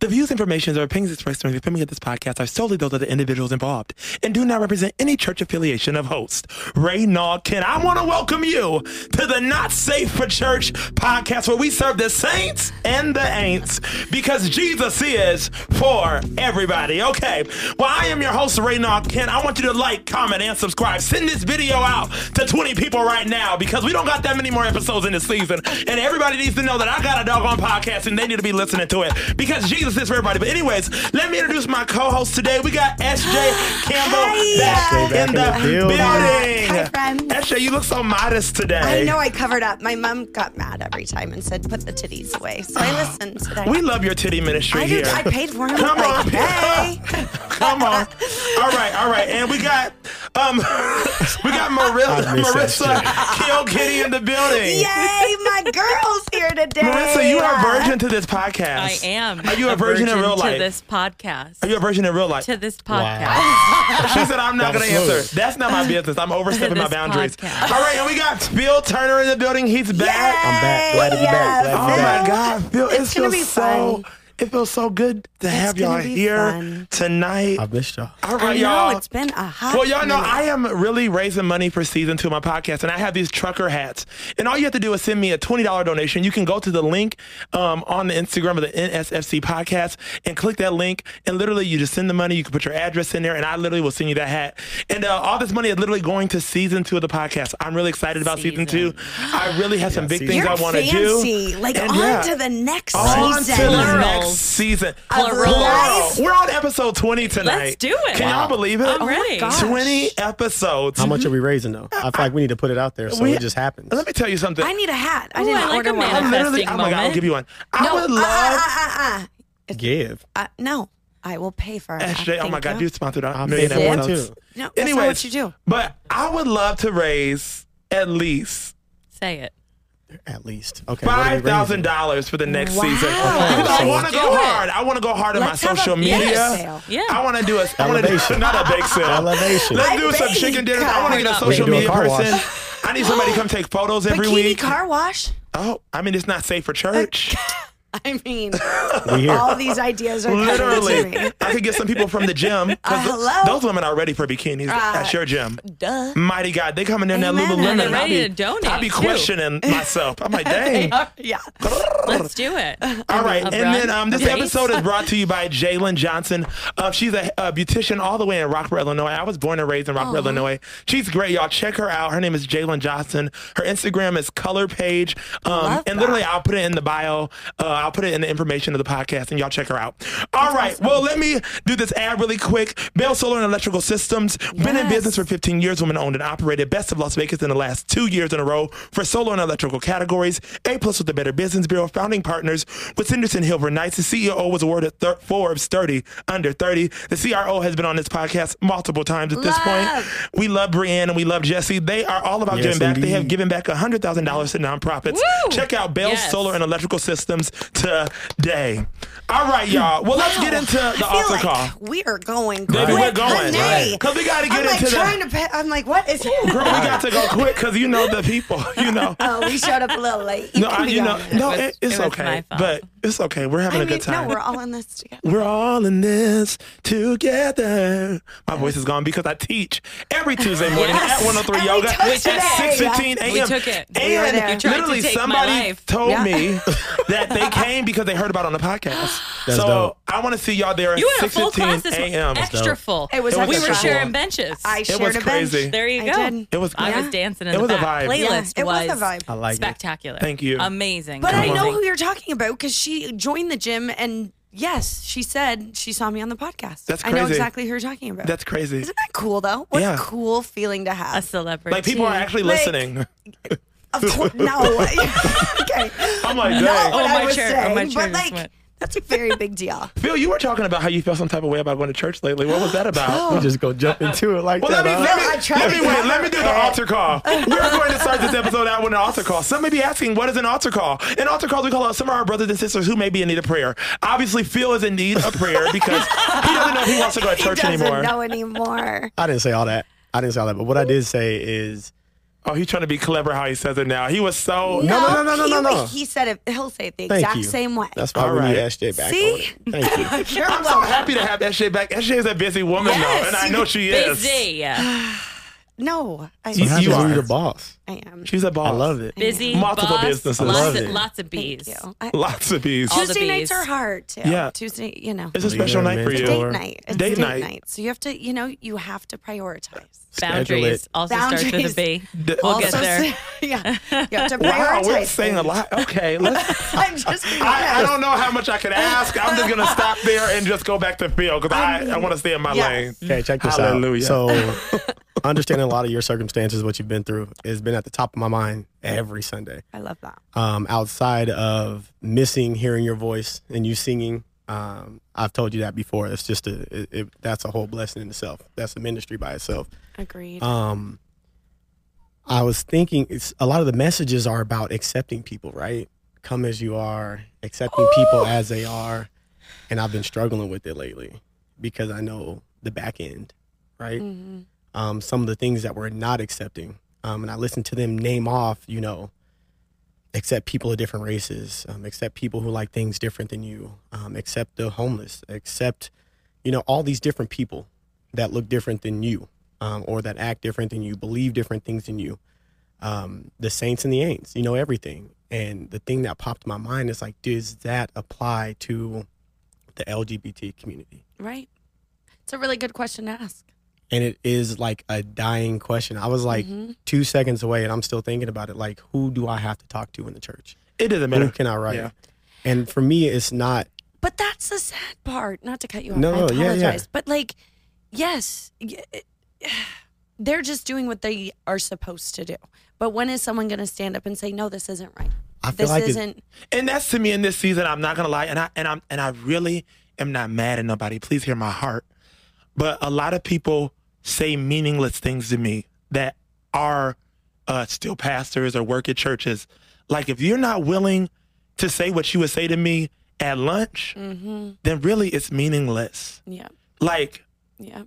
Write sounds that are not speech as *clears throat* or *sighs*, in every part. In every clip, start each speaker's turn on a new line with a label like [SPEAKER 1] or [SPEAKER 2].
[SPEAKER 1] The views, information, or opinions expressed during the filming of this podcast are solely those of the individuals involved and do not represent any church affiliation of host. Ray Nogkin, I want to welcome you to the Not Safe for Church podcast where we serve the saints and the ain'ts because Jesus is for everybody. Okay, well, I am your host, Ray Nogkin. I want you to like, comment, and subscribe. Send this video out to 20 people right now because we don't got that many more episodes in this season. And everybody needs to know that I got a doggone podcast and they need to be listening to it because Jesus is for everybody. But anyways, let me introduce my co-host today. We got SJ
[SPEAKER 2] *gasps*
[SPEAKER 1] Campbell
[SPEAKER 2] Hi.
[SPEAKER 1] back,
[SPEAKER 2] Hey,
[SPEAKER 1] in the building.
[SPEAKER 2] Hi, friends.
[SPEAKER 1] SJ, you look so modest today.
[SPEAKER 2] I know I covered up. My mom got mad every time and said, "Put the titties away." So I listened today.
[SPEAKER 1] We love your titty ministry
[SPEAKER 2] I
[SPEAKER 1] here.
[SPEAKER 2] did. I paid for them.
[SPEAKER 1] Come
[SPEAKER 2] like,
[SPEAKER 1] on,
[SPEAKER 2] hey.
[SPEAKER 1] *laughs* Come on. All right, all right. And we got um *laughs* we got Marilla,
[SPEAKER 3] I miss
[SPEAKER 1] Marissa Kill Kitty in the building.
[SPEAKER 2] Yay, my girls here today.
[SPEAKER 1] Marissa, you are a
[SPEAKER 2] Yeah.
[SPEAKER 1] virgin to this podcast.
[SPEAKER 4] I am.
[SPEAKER 1] Are you a, virgin, in real life?
[SPEAKER 4] To this podcast.
[SPEAKER 1] Are you a virgin in real life?
[SPEAKER 4] to this
[SPEAKER 3] Wow.
[SPEAKER 4] podcast.
[SPEAKER 1] She said, I'm not
[SPEAKER 3] That
[SPEAKER 1] going
[SPEAKER 3] was
[SPEAKER 1] to answer.
[SPEAKER 3] smooth.
[SPEAKER 1] That's not my business. I'm overstepping my
[SPEAKER 4] This
[SPEAKER 1] boundaries.
[SPEAKER 4] podcast.
[SPEAKER 1] All right, and we got Phil Turner in the building. He's back.
[SPEAKER 3] I'm back. Glad to be back.
[SPEAKER 2] Yay,
[SPEAKER 3] Glad to
[SPEAKER 1] Oh
[SPEAKER 3] be back.
[SPEAKER 1] my God, Phil!
[SPEAKER 2] It's
[SPEAKER 1] it
[SPEAKER 2] gonna
[SPEAKER 1] feels
[SPEAKER 2] be
[SPEAKER 1] so.
[SPEAKER 2] fun.
[SPEAKER 1] It feels so good to have y'all
[SPEAKER 2] gonna be
[SPEAKER 1] here
[SPEAKER 2] fun.
[SPEAKER 1] tonight.
[SPEAKER 3] I missed y'all.
[SPEAKER 1] All
[SPEAKER 2] I
[SPEAKER 1] right,
[SPEAKER 2] know
[SPEAKER 1] y'all.
[SPEAKER 2] it's been a hot.
[SPEAKER 1] Well, y'all know
[SPEAKER 2] minute.
[SPEAKER 1] I am really raising money for season two of my podcast, and I have these trucker hats. And all you have to do is send me a twenty dollar donation. You can go to the link um, on the Instagram of the NSFC podcast and click that link, and literally you just send the money. You can put your address in there, and I literally will send you that hat. And uh, all this money is literally going to season two of the podcast. I'm really excited about season,
[SPEAKER 4] Season.
[SPEAKER 1] two. I really have some big
[SPEAKER 3] season.
[SPEAKER 1] things
[SPEAKER 2] You're
[SPEAKER 1] I want to
[SPEAKER 2] fancy.
[SPEAKER 1] do.
[SPEAKER 2] Like
[SPEAKER 1] And
[SPEAKER 2] on
[SPEAKER 1] yeah.
[SPEAKER 2] to the next
[SPEAKER 1] On to
[SPEAKER 2] season.
[SPEAKER 1] the
[SPEAKER 4] Plural.
[SPEAKER 1] next season.
[SPEAKER 4] Plural.
[SPEAKER 1] Plural. We're on episode 20 tonight.
[SPEAKER 4] Let's do it.
[SPEAKER 1] Can y'all
[SPEAKER 4] Wow.
[SPEAKER 1] believe it?
[SPEAKER 4] I'm Oh my ready. gosh.
[SPEAKER 1] 20 episodes.
[SPEAKER 3] How much are we raising though? I feel like we need to put it out there so
[SPEAKER 1] We-
[SPEAKER 3] it just happens.
[SPEAKER 1] Let me tell you something.
[SPEAKER 2] I need a hat. I
[SPEAKER 4] Ooh,
[SPEAKER 2] didn't
[SPEAKER 4] I like
[SPEAKER 2] order
[SPEAKER 4] a
[SPEAKER 2] one.
[SPEAKER 1] I
[SPEAKER 4] man.
[SPEAKER 1] literally,
[SPEAKER 4] Manifesting
[SPEAKER 1] oh my God, I'll
[SPEAKER 4] moment.
[SPEAKER 1] give you one. I would
[SPEAKER 2] Uh, uh,
[SPEAKER 1] love.
[SPEAKER 2] uh, uh, uh.
[SPEAKER 3] Give.
[SPEAKER 2] Uh, no, I will pay for it.
[SPEAKER 1] SJ, oh my
[SPEAKER 2] Thank
[SPEAKER 1] God,
[SPEAKER 2] you.
[SPEAKER 1] you sponsored a
[SPEAKER 3] I'm
[SPEAKER 1] million
[SPEAKER 3] paying for one,
[SPEAKER 1] episodes.
[SPEAKER 3] too.
[SPEAKER 2] No, that's
[SPEAKER 1] Anyways,
[SPEAKER 2] not what you do.
[SPEAKER 1] But I would love to raise at least
[SPEAKER 4] Say it.
[SPEAKER 3] At least. Okay. what are we
[SPEAKER 1] five
[SPEAKER 3] raising?
[SPEAKER 1] thousand dollars for the next
[SPEAKER 2] Wow.
[SPEAKER 1] season.
[SPEAKER 2] Okay.
[SPEAKER 1] Because I
[SPEAKER 4] Let's
[SPEAKER 1] want to
[SPEAKER 4] do
[SPEAKER 1] go
[SPEAKER 4] it.
[SPEAKER 1] hard. I want to go hard on my
[SPEAKER 2] Let's have a
[SPEAKER 1] social
[SPEAKER 2] bake
[SPEAKER 1] media.
[SPEAKER 2] sale.
[SPEAKER 4] Yeah.
[SPEAKER 1] I want to do a. I want to do
[SPEAKER 3] Elevation.
[SPEAKER 1] not a
[SPEAKER 3] *laughs*
[SPEAKER 1] bake sale.
[SPEAKER 3] Elevation.
[SPEAKER 1] Let's do
[SPEAKER 2] I
[SPEAKER 1] some
[SPEAKER 2] bake.
[SPEAKER 1] chicken dinners. I want to get a
[SPEAKER 4] We
[SPEAKER 1] social
[SPEAKER 3] can do a
[SPEAKER 1] media
[SPEAKER 3] car wash.
[SPEAKER 1] person. I need somebody to come take photos every
[SPEAKER 2] Bikini
[SPEAKER 1] week.
[SPEAKER 2] car wash. *laughs*
[SPEAKER 1] Oh, I mean, it's not safe for church.
[SPEAKER 2] I
[SPEAKER 1] *laughs*
[SPEAKER 2] mean,
[SPEAKER 3] We here.
[SPEAKER 2] all these ideas are coming to me.
[SPEAKER 1] Literally, I could get some people from the gym. 'cause
[SPEAKER 2] Uh, hello?
[SPEAKER 1] Those women are ready for bikinis at your gym.
[SPEAKER 2] Duh. *laughs*
[SPEAKER 1] Mighty God, they coming in there
[SPEAKER 2] Amen.
[SPEAKER 1] Lululemon.
[SPEAKER 2] And
[SPEAKER 4] Uh, they're
[SPEAKER 1] and I be,
[SPEAKER 4] ready to donate,
[SPEAKER 1] I be
[SPEAKER 4] too. *laughs*
[SPEAKER 1] questioning myself. I'm like, dang.
[SPEAKER 2] Yeah.
[SPEAKER 4] Let's do it.
[SPEAKER 1] All right,
[SPEAKER 4] A
[SPEAKER 1] and
[SPEAKER 4] run,
[SPEAKER 1] then um,
[SPEAKER 4] a
[SPEAKER 1] this
[SPEAKER 4] race.
[SPEAKER 1] episode is brought to you by Jalen Johnson. Uh, she's a, a beautician all the way in Rockford, Illinois. I was born and raised in Rockford, Illinois. She's great, y'all. Check her out. Her name is Jalen Johnson. Her Instagram is Color Page, um,
[SPEAKER 2] Love
[SPEAKER 1] and literally,
[SPEAKER 2] that.
[SPEAKER 1] I'll put it in the bio. Uh, I'll put it in the information of the podcast, and y'all check her out. All right, well, let me do this ad really quick. Bell Solar and Electrical Systems been in
[SPEAKER 2] Yes.
[SPEAKER 1] business for 15 years, women owned and operated. Best of Las Vegas in the last two years in a row for solar and electrical categories. A plus with the Better Business Bureau, founding partners with Henderson Hilver Knights. The CEO was awarded thir- Forbes 30 under 30. The CRO has been on this podcast multiple times at this
[SPEAKER 2] Love.
[SPEAKER 1] point. We love Brienne and we love Jesse. They are all about
[SPEAKER 3] Yes,
[SPEAKER 1] giving back. They
[SPEAKER 3] indeed.
[SPEAKER 1] have given back $100,000 to nonprofits.
[SPEAKER 4] Woo!
[SPEAKER 1] Check out Bell
[SPEAKER 4] Yes.
[SPEAKER 1] Solar and Electrical Systems today. All right, y'all. Well, let's get into
[SPEAKER 2] I
[SPEAKER 1] the
[SPEAKER 2] feel
[SPEAKER 1] altar
[SPEAKER 2] like
[SPEAKER 1] call.
[SPEAKER 2] We are going.
[SPEAKER 1] Baby,
[SPEAKER 2] quick,
[SPEAKER 1] we're going.
[SPEAKER 2] honey.
[SPEAKER 3] Right.
[SPEAKER 1] Because we got to get
[SPEAKER 2] I'm
[SPEAKER 1] into
[SPEAKER 2] like
[SPEAKER 1] the.
[SPEAKER 2] trying to. Pay, I'm like, what is?
[SPEAKER 1] Girl, we got to go quick because you know the people. You know.
[SPEAKER 2] oh, we showed up a little late. You
[SPEAKER 1] no,
[SPEAKER 2] can
[SPEAKER 1] I,
[SPEAKER 2] be
[SPEAKER 1] you know.
[SPEAKER 2] honest.
[SPEAKER 1] No,
[SPEAKER 4] It was-
[SPEAKER 1] it, it's
[SPEAKER 4] it was
[SPEAKER 1] okay,
[SPEAKER 4] my fault.
[SPEAKER 1] but it's okay. We're having
[SPEAKER 2] I
[SPEAKER 1] a
[SPEAKER 2] mean,
[SPEAKER 1] good time.
[SPEAKER 2] no, we're all in this together.
[SPEAKER 1] We're all in this together. My voice is gone because I teach every Tuesday morning
[SPEAKER 4] Yes.
[SPEAKER 1] at 103
[SPEAKER 2] And we
[SPEAKER 1] Yoga
[SPEAKER 2] took
[SPEAKER 1] at
[SPEAKER 2] today.
[SPEAKER 1] 6:15 a.m.
[SPEAKER 4] We took it.
[SPEAKER 1] And
[SPEAKER 2] We were there. You
[SPEAKER 4] tried to
[SPEAKER 1] literally
[SPEAKER 4] take my
[SPEAKER 1] somebody
[SPEAKER 4] life.
[SPEAKER 1] told
[SPEAKER 2] Yeah.
[SPEAKER 4] *laughs*
[SPEAKER 1] me that they came because they heard about it on the
[SPEAKER 4] *gasps*
[SPEAKER 1] podcast.
[SPEAKER 3] That's
[SPEAKER 1] so
[SPEAKER 3] dope.
[SPEAKER 1] I want to see y'all there at
[SPEAKER 4] You had a full class
[SPEAKER 1] 6:15
[SPEAKER 4] this
[SPEAKER 1] a.m.
[SPEAKER 4] Extra full.
[SPEAKER 2] It was
[SPEAKER 1] It was
[SPEAKER 4] we
[SPEAKER 1] extra
[SPEAKER 4] were
[SPEAKER 1] full.
[SPEAKER 4] sharing benches.
[SPEAKER 2] I shared
[SPEAKER 1] was
[SPEAKER 2] a
[SPEAKER 1] crazy.
[SPEAKER 2] bench.
[SPEAKER 4] there you
[SPEAKER 2] I
[SPEAKER 4] go.
[SPEAKER 2] did.
[SPEAKER 1] It was
[SPEAKER 4] I
[SPEAKER 1] great.
[SPEAKER 4] was dancing in
[SPEAKER 1] It
[SPEAKER 4] the
[SPEAKER 1] was a
[SPEAKER 4] back.
[SPEAKER 1] vibe.
[SPEAKER 2] Yeah,
[SPEAKER 4] Playlist
[SPEAKER 2] it was a vibe.
[SPEAKER 3] I like it.
[SPEAKER 4] spectacular.
[SPEAKER 1] Thank you.
[SPEAKER 4] Amazing.
[SPEAKER 2] But I
[SPEAKER 1] Come
[SPEAKER 2] know
[SPEAKER 1] on.
[SPEAKER 2] who you're talking about because she joined the gym and yes, she said she saw me on the podcast.
[SPEAKER 1] That's
[SPEAKER 2] I know
[SPEAKER 1] crazy.
[SPEAKER 2] exactly who you're talking about.
[SPEAKER 1] That's crazy.
[SPEAKER 2] Isn't that cool though? What
[SPEAKER 1] Yeah.
[SPEAKER 2] a cool feeling to
[SPEAKER 4] A *laughs*
[SPEAKER 2] have.
[SPEAKER 4] celebrity.
[SPEAKER 1] Like people are actually
[SPEAKER 2] Like-
[SPEAKER 1] listening.
[SPEAKER 2] Of course,
[SPEAKER 4] *laughs*
[SPEAKER 2] no. *laughs* okay.
[SPEAKER 1] I'm like,
[SPEAKER 2] Not
[SPEAKER 1] dang.
[SPEAKER 2] what
[SPEAKER 4] Oh,
[SPEAKER 2] I
[SPEAKER 4] my
[SPEAKER 2] was
[SPEAKER 4] chair-
[SPEAKER 2] saying,
[SPEAKER 4] oh, my chair
[SPEAKER 2] but
[SPEAKER 4] just
[SPEAKER 2] like,
[SPEAKER 4] went.
[SPEAKER 2] that's a very big deal.
[SPEAKER 1] Phil, you were talking about how you felt some type of way about going to church lately. What was that about?
[SPEAKER 3] We just go jump into it like
[SPEAKER 1] Well, let
[SPEAKER 3] that.
[SPEAKER 1] me, let
[SPEAKER 3] huh?
[SPEAKER 1] me,
[SPEAKER 2] I tried
[SPEAKER 1] let me
[SPEAKER 2] to
[SPEAKER 1] wait.
[SPEAKER 2] cover
[SPEAKER 1] Let me do the
[SPEAKER 2] it.
[SPEAKER 1] altar
[SPEAKER 2] *laughs*
[SPEAKER 1] call. We're going to start this episode out with an altar call. Some may be asking, what is an altar call? An altar call, we call out some of our brothers and sisters who may be in need of prayer. Obviously, Phil is in need of prayer because he doesn't know if he wants to go to
[SPEAKER 2] he
[SPEAKER 1] church
[SPEAKER 2] doesn't
[SPEAKER 1] anymore.
[SPEAKER 2] know anymore.
[SPEAKER 3] I didn't say all that. I didn't say all that. But what I did say is
[SPEAKER 1] Oh, he's trying to be clever how he says it now. He was so.
[SPEAKER 3] No, no, no, no, no,
[SPEAKER 2] he-
[SPEAKER 3] no.
[SPEAKER 2] He said it. He'll say it the
[SPEAKER 3] Thank
[SPEAKER 2] exact
[SPEAKER 3] you.
[SPEAKER 2] same way. *laughs*
[SPEAKER 3] That's why
[SPEAKER 1] All
[SPEAKER 3] we need
[SPEAKER 1] right.
[SPEAKER 3] SJ back.
[SPEAKER 2] See?
[SPEAKER 1] *laughs*
[SPEAKER 3] on it. Thank you.
[SPEAKER 2] You're
[SPEAKER 1] I'm so
[SPEAKER 2] welcome.
[SPEAKER 1] happy to have SJ back. SJ is a busy woman now,
[SPEAKER 2] Yes,
[SPEAKER 1] and I
[SPEAKER 2] you-
[SPEAKER 1] know she is.
[SPEAKER 4] Busy.
[SPEAKER 2] No, I,
[SPEAKER 1] You-
[SPEAKER 3] Sometimes
[SPEAKER 1] you
[SPEAKER 3] I'm
[SPEAKER 1] are.
[SPEAKER 3] the boss.
[SPEAKER 2] I am.
[SPEAKER 1] She's a boss.
[SPEAKER 3] I love it.
[SPEAKER 4] Busy.
[SPEAKER 1] Multiple
[SPEAKER 4] boss,
[SPEAKER 1] businesses.
[SPEAKER 4] Lots,
[SPEAKER 3] Love
[SPEAKER 4] of-
[SPEAKER 3] it.
[SPEAKER 4] lots of bees.
[SPEAKER 2] Thank you. I-
[SPEAKER 1] Lots of bees.
[SPEAKER 4] All the
[SPEAKER 2] Tuesday nights
[SPEAKER 4] bees.
[SPEAKER 2] are hard too.
[SPEAKER 1] Yeah.
[SPEAKER 2] Tuesday, you know.
[SPEAKER 1] It's a special
[SPEAKER 3] Leader,
[SPEAKER 1] night for you.
[SPEAKER 3] mentor.
[SPEAKER 1] All
[SPEAKER 3] or-
[SPEAKER 2] date night. It's
[SPEAKER 1] Date
[SPEAKER 2] date,
[SPEAKER 1] night.
[SPEAKER 2] night. So you have to, you know, you have to prioritize.
[SPEAKER 3] Schedule
[SPEAKER 4] Boundaries
[SPEAKER 3] it.
[SPEAKER 4] also starts with a B.
[SPEAKER 1] D-
[SPEAKER 4] We'll get there.
[SPEAKER 2] *laughs* yeah, you have to prioritize.
[SPEAKER 1] Wow, we're saying a
[SPEAKER 2] things.
[SPEAKER 1] lot. Okay, let's.
[SPEAKER 2] I'm just. *laughs* being
[SPEAKER 1] I, I
[SPEAKER 2] honest.
[SPEAKER 1] don't know how much I could ask. I'm just gonna stop there and just go back to Phil because I, I want to stay in my
[SPEAKER 2] yes.
[SPEAKER 1] lane.
[SPEAKER 3] Okay, check this
[SPEAKER 1] Hallelujah.
[SPEAKER 3] out.
[SPEAKER 1] *laughs*
[SPEAKER 3] So, understanding a lot of your circumstances, what you've been through, has been at the top of my mind every Sunday.
[SPEAKER 2] I love that.
[SPEAKER 3] Um, outside of missing hearing your voice and you singing, um, I've told you that before. It's just a, it, it, that's a whole blessing in itself. That's a ministry by itself.
[SPEAKER 2] Agreed.
[SPEAKER 3] Um, I was thinking it's a lot of the messages are about accepting people, right? Come as you are, accepting people as they are. And I've been struggling with it lately because I know the back end, right?
[SPEAKER 2] Mhm.
[SPEAKER 3] um, some of the things that we're not accepting. Um, and I listen to them name off, you know, accept people of different races, um, accept people who like things different than you, um, accept the homeless, accept, you know, all these different people that look different than you um, or that act different than you, believe different things than you. Um, the saints and the ain'ts, you know, everything. And the thing that popped in my mind is like, does that apply to the LGBT community?
[SPEAKER 2] Right. It's a really good question to ask.
[SPEAKER 3] and it is like a dying question. I was like
[SPEAKER 2] Mhm.
[SPEAKER 3] two seconds away, and I'm still thinking about it. Like, who do I have to talk to in the church?
[SPEAKER 1] It doesn't
[SPEAKER 3] Who
[SPEAKER 1] matter.
[SPEAKER 3] can I write?
[SPEAKER 1] Yeah.
[SPEAKER 3] And for me, it's not.
[SPEAKER 2] But that's the sad part. Not to cut you off.
[SPEAKER 3] No,
[SPEAKER 2] I
[SPEAKER 3] no,
[SPEAKER 2] apologize.
[SPEAKER 3] yeah, yeah.
[SPEAKER 2] But like, yes, y- it- *sighs* they're just doing what they are supposed to do. But when is someone going to stand up and say, "No, this isn't right.
[SPEAKER 3] I feel
[SPEAKER 2] This
[SPEAKER 3] like it,
[SPEAKER 2] isn't."
[SPEAKER 1] And that's to me in this season. I'm not gonna lie, and I and I'm and I really am not mad at nobody. Please hear my heart. But a lot of people say meaningless things to me that are uh, still pastors or work at churches. Like if you're not willing to say what you would say to me at lunch, then really it's meaningless.
[SPEAKER 2] Yeah.
[SPEAKER 1] Like
[SPEAKER 2] Yeah.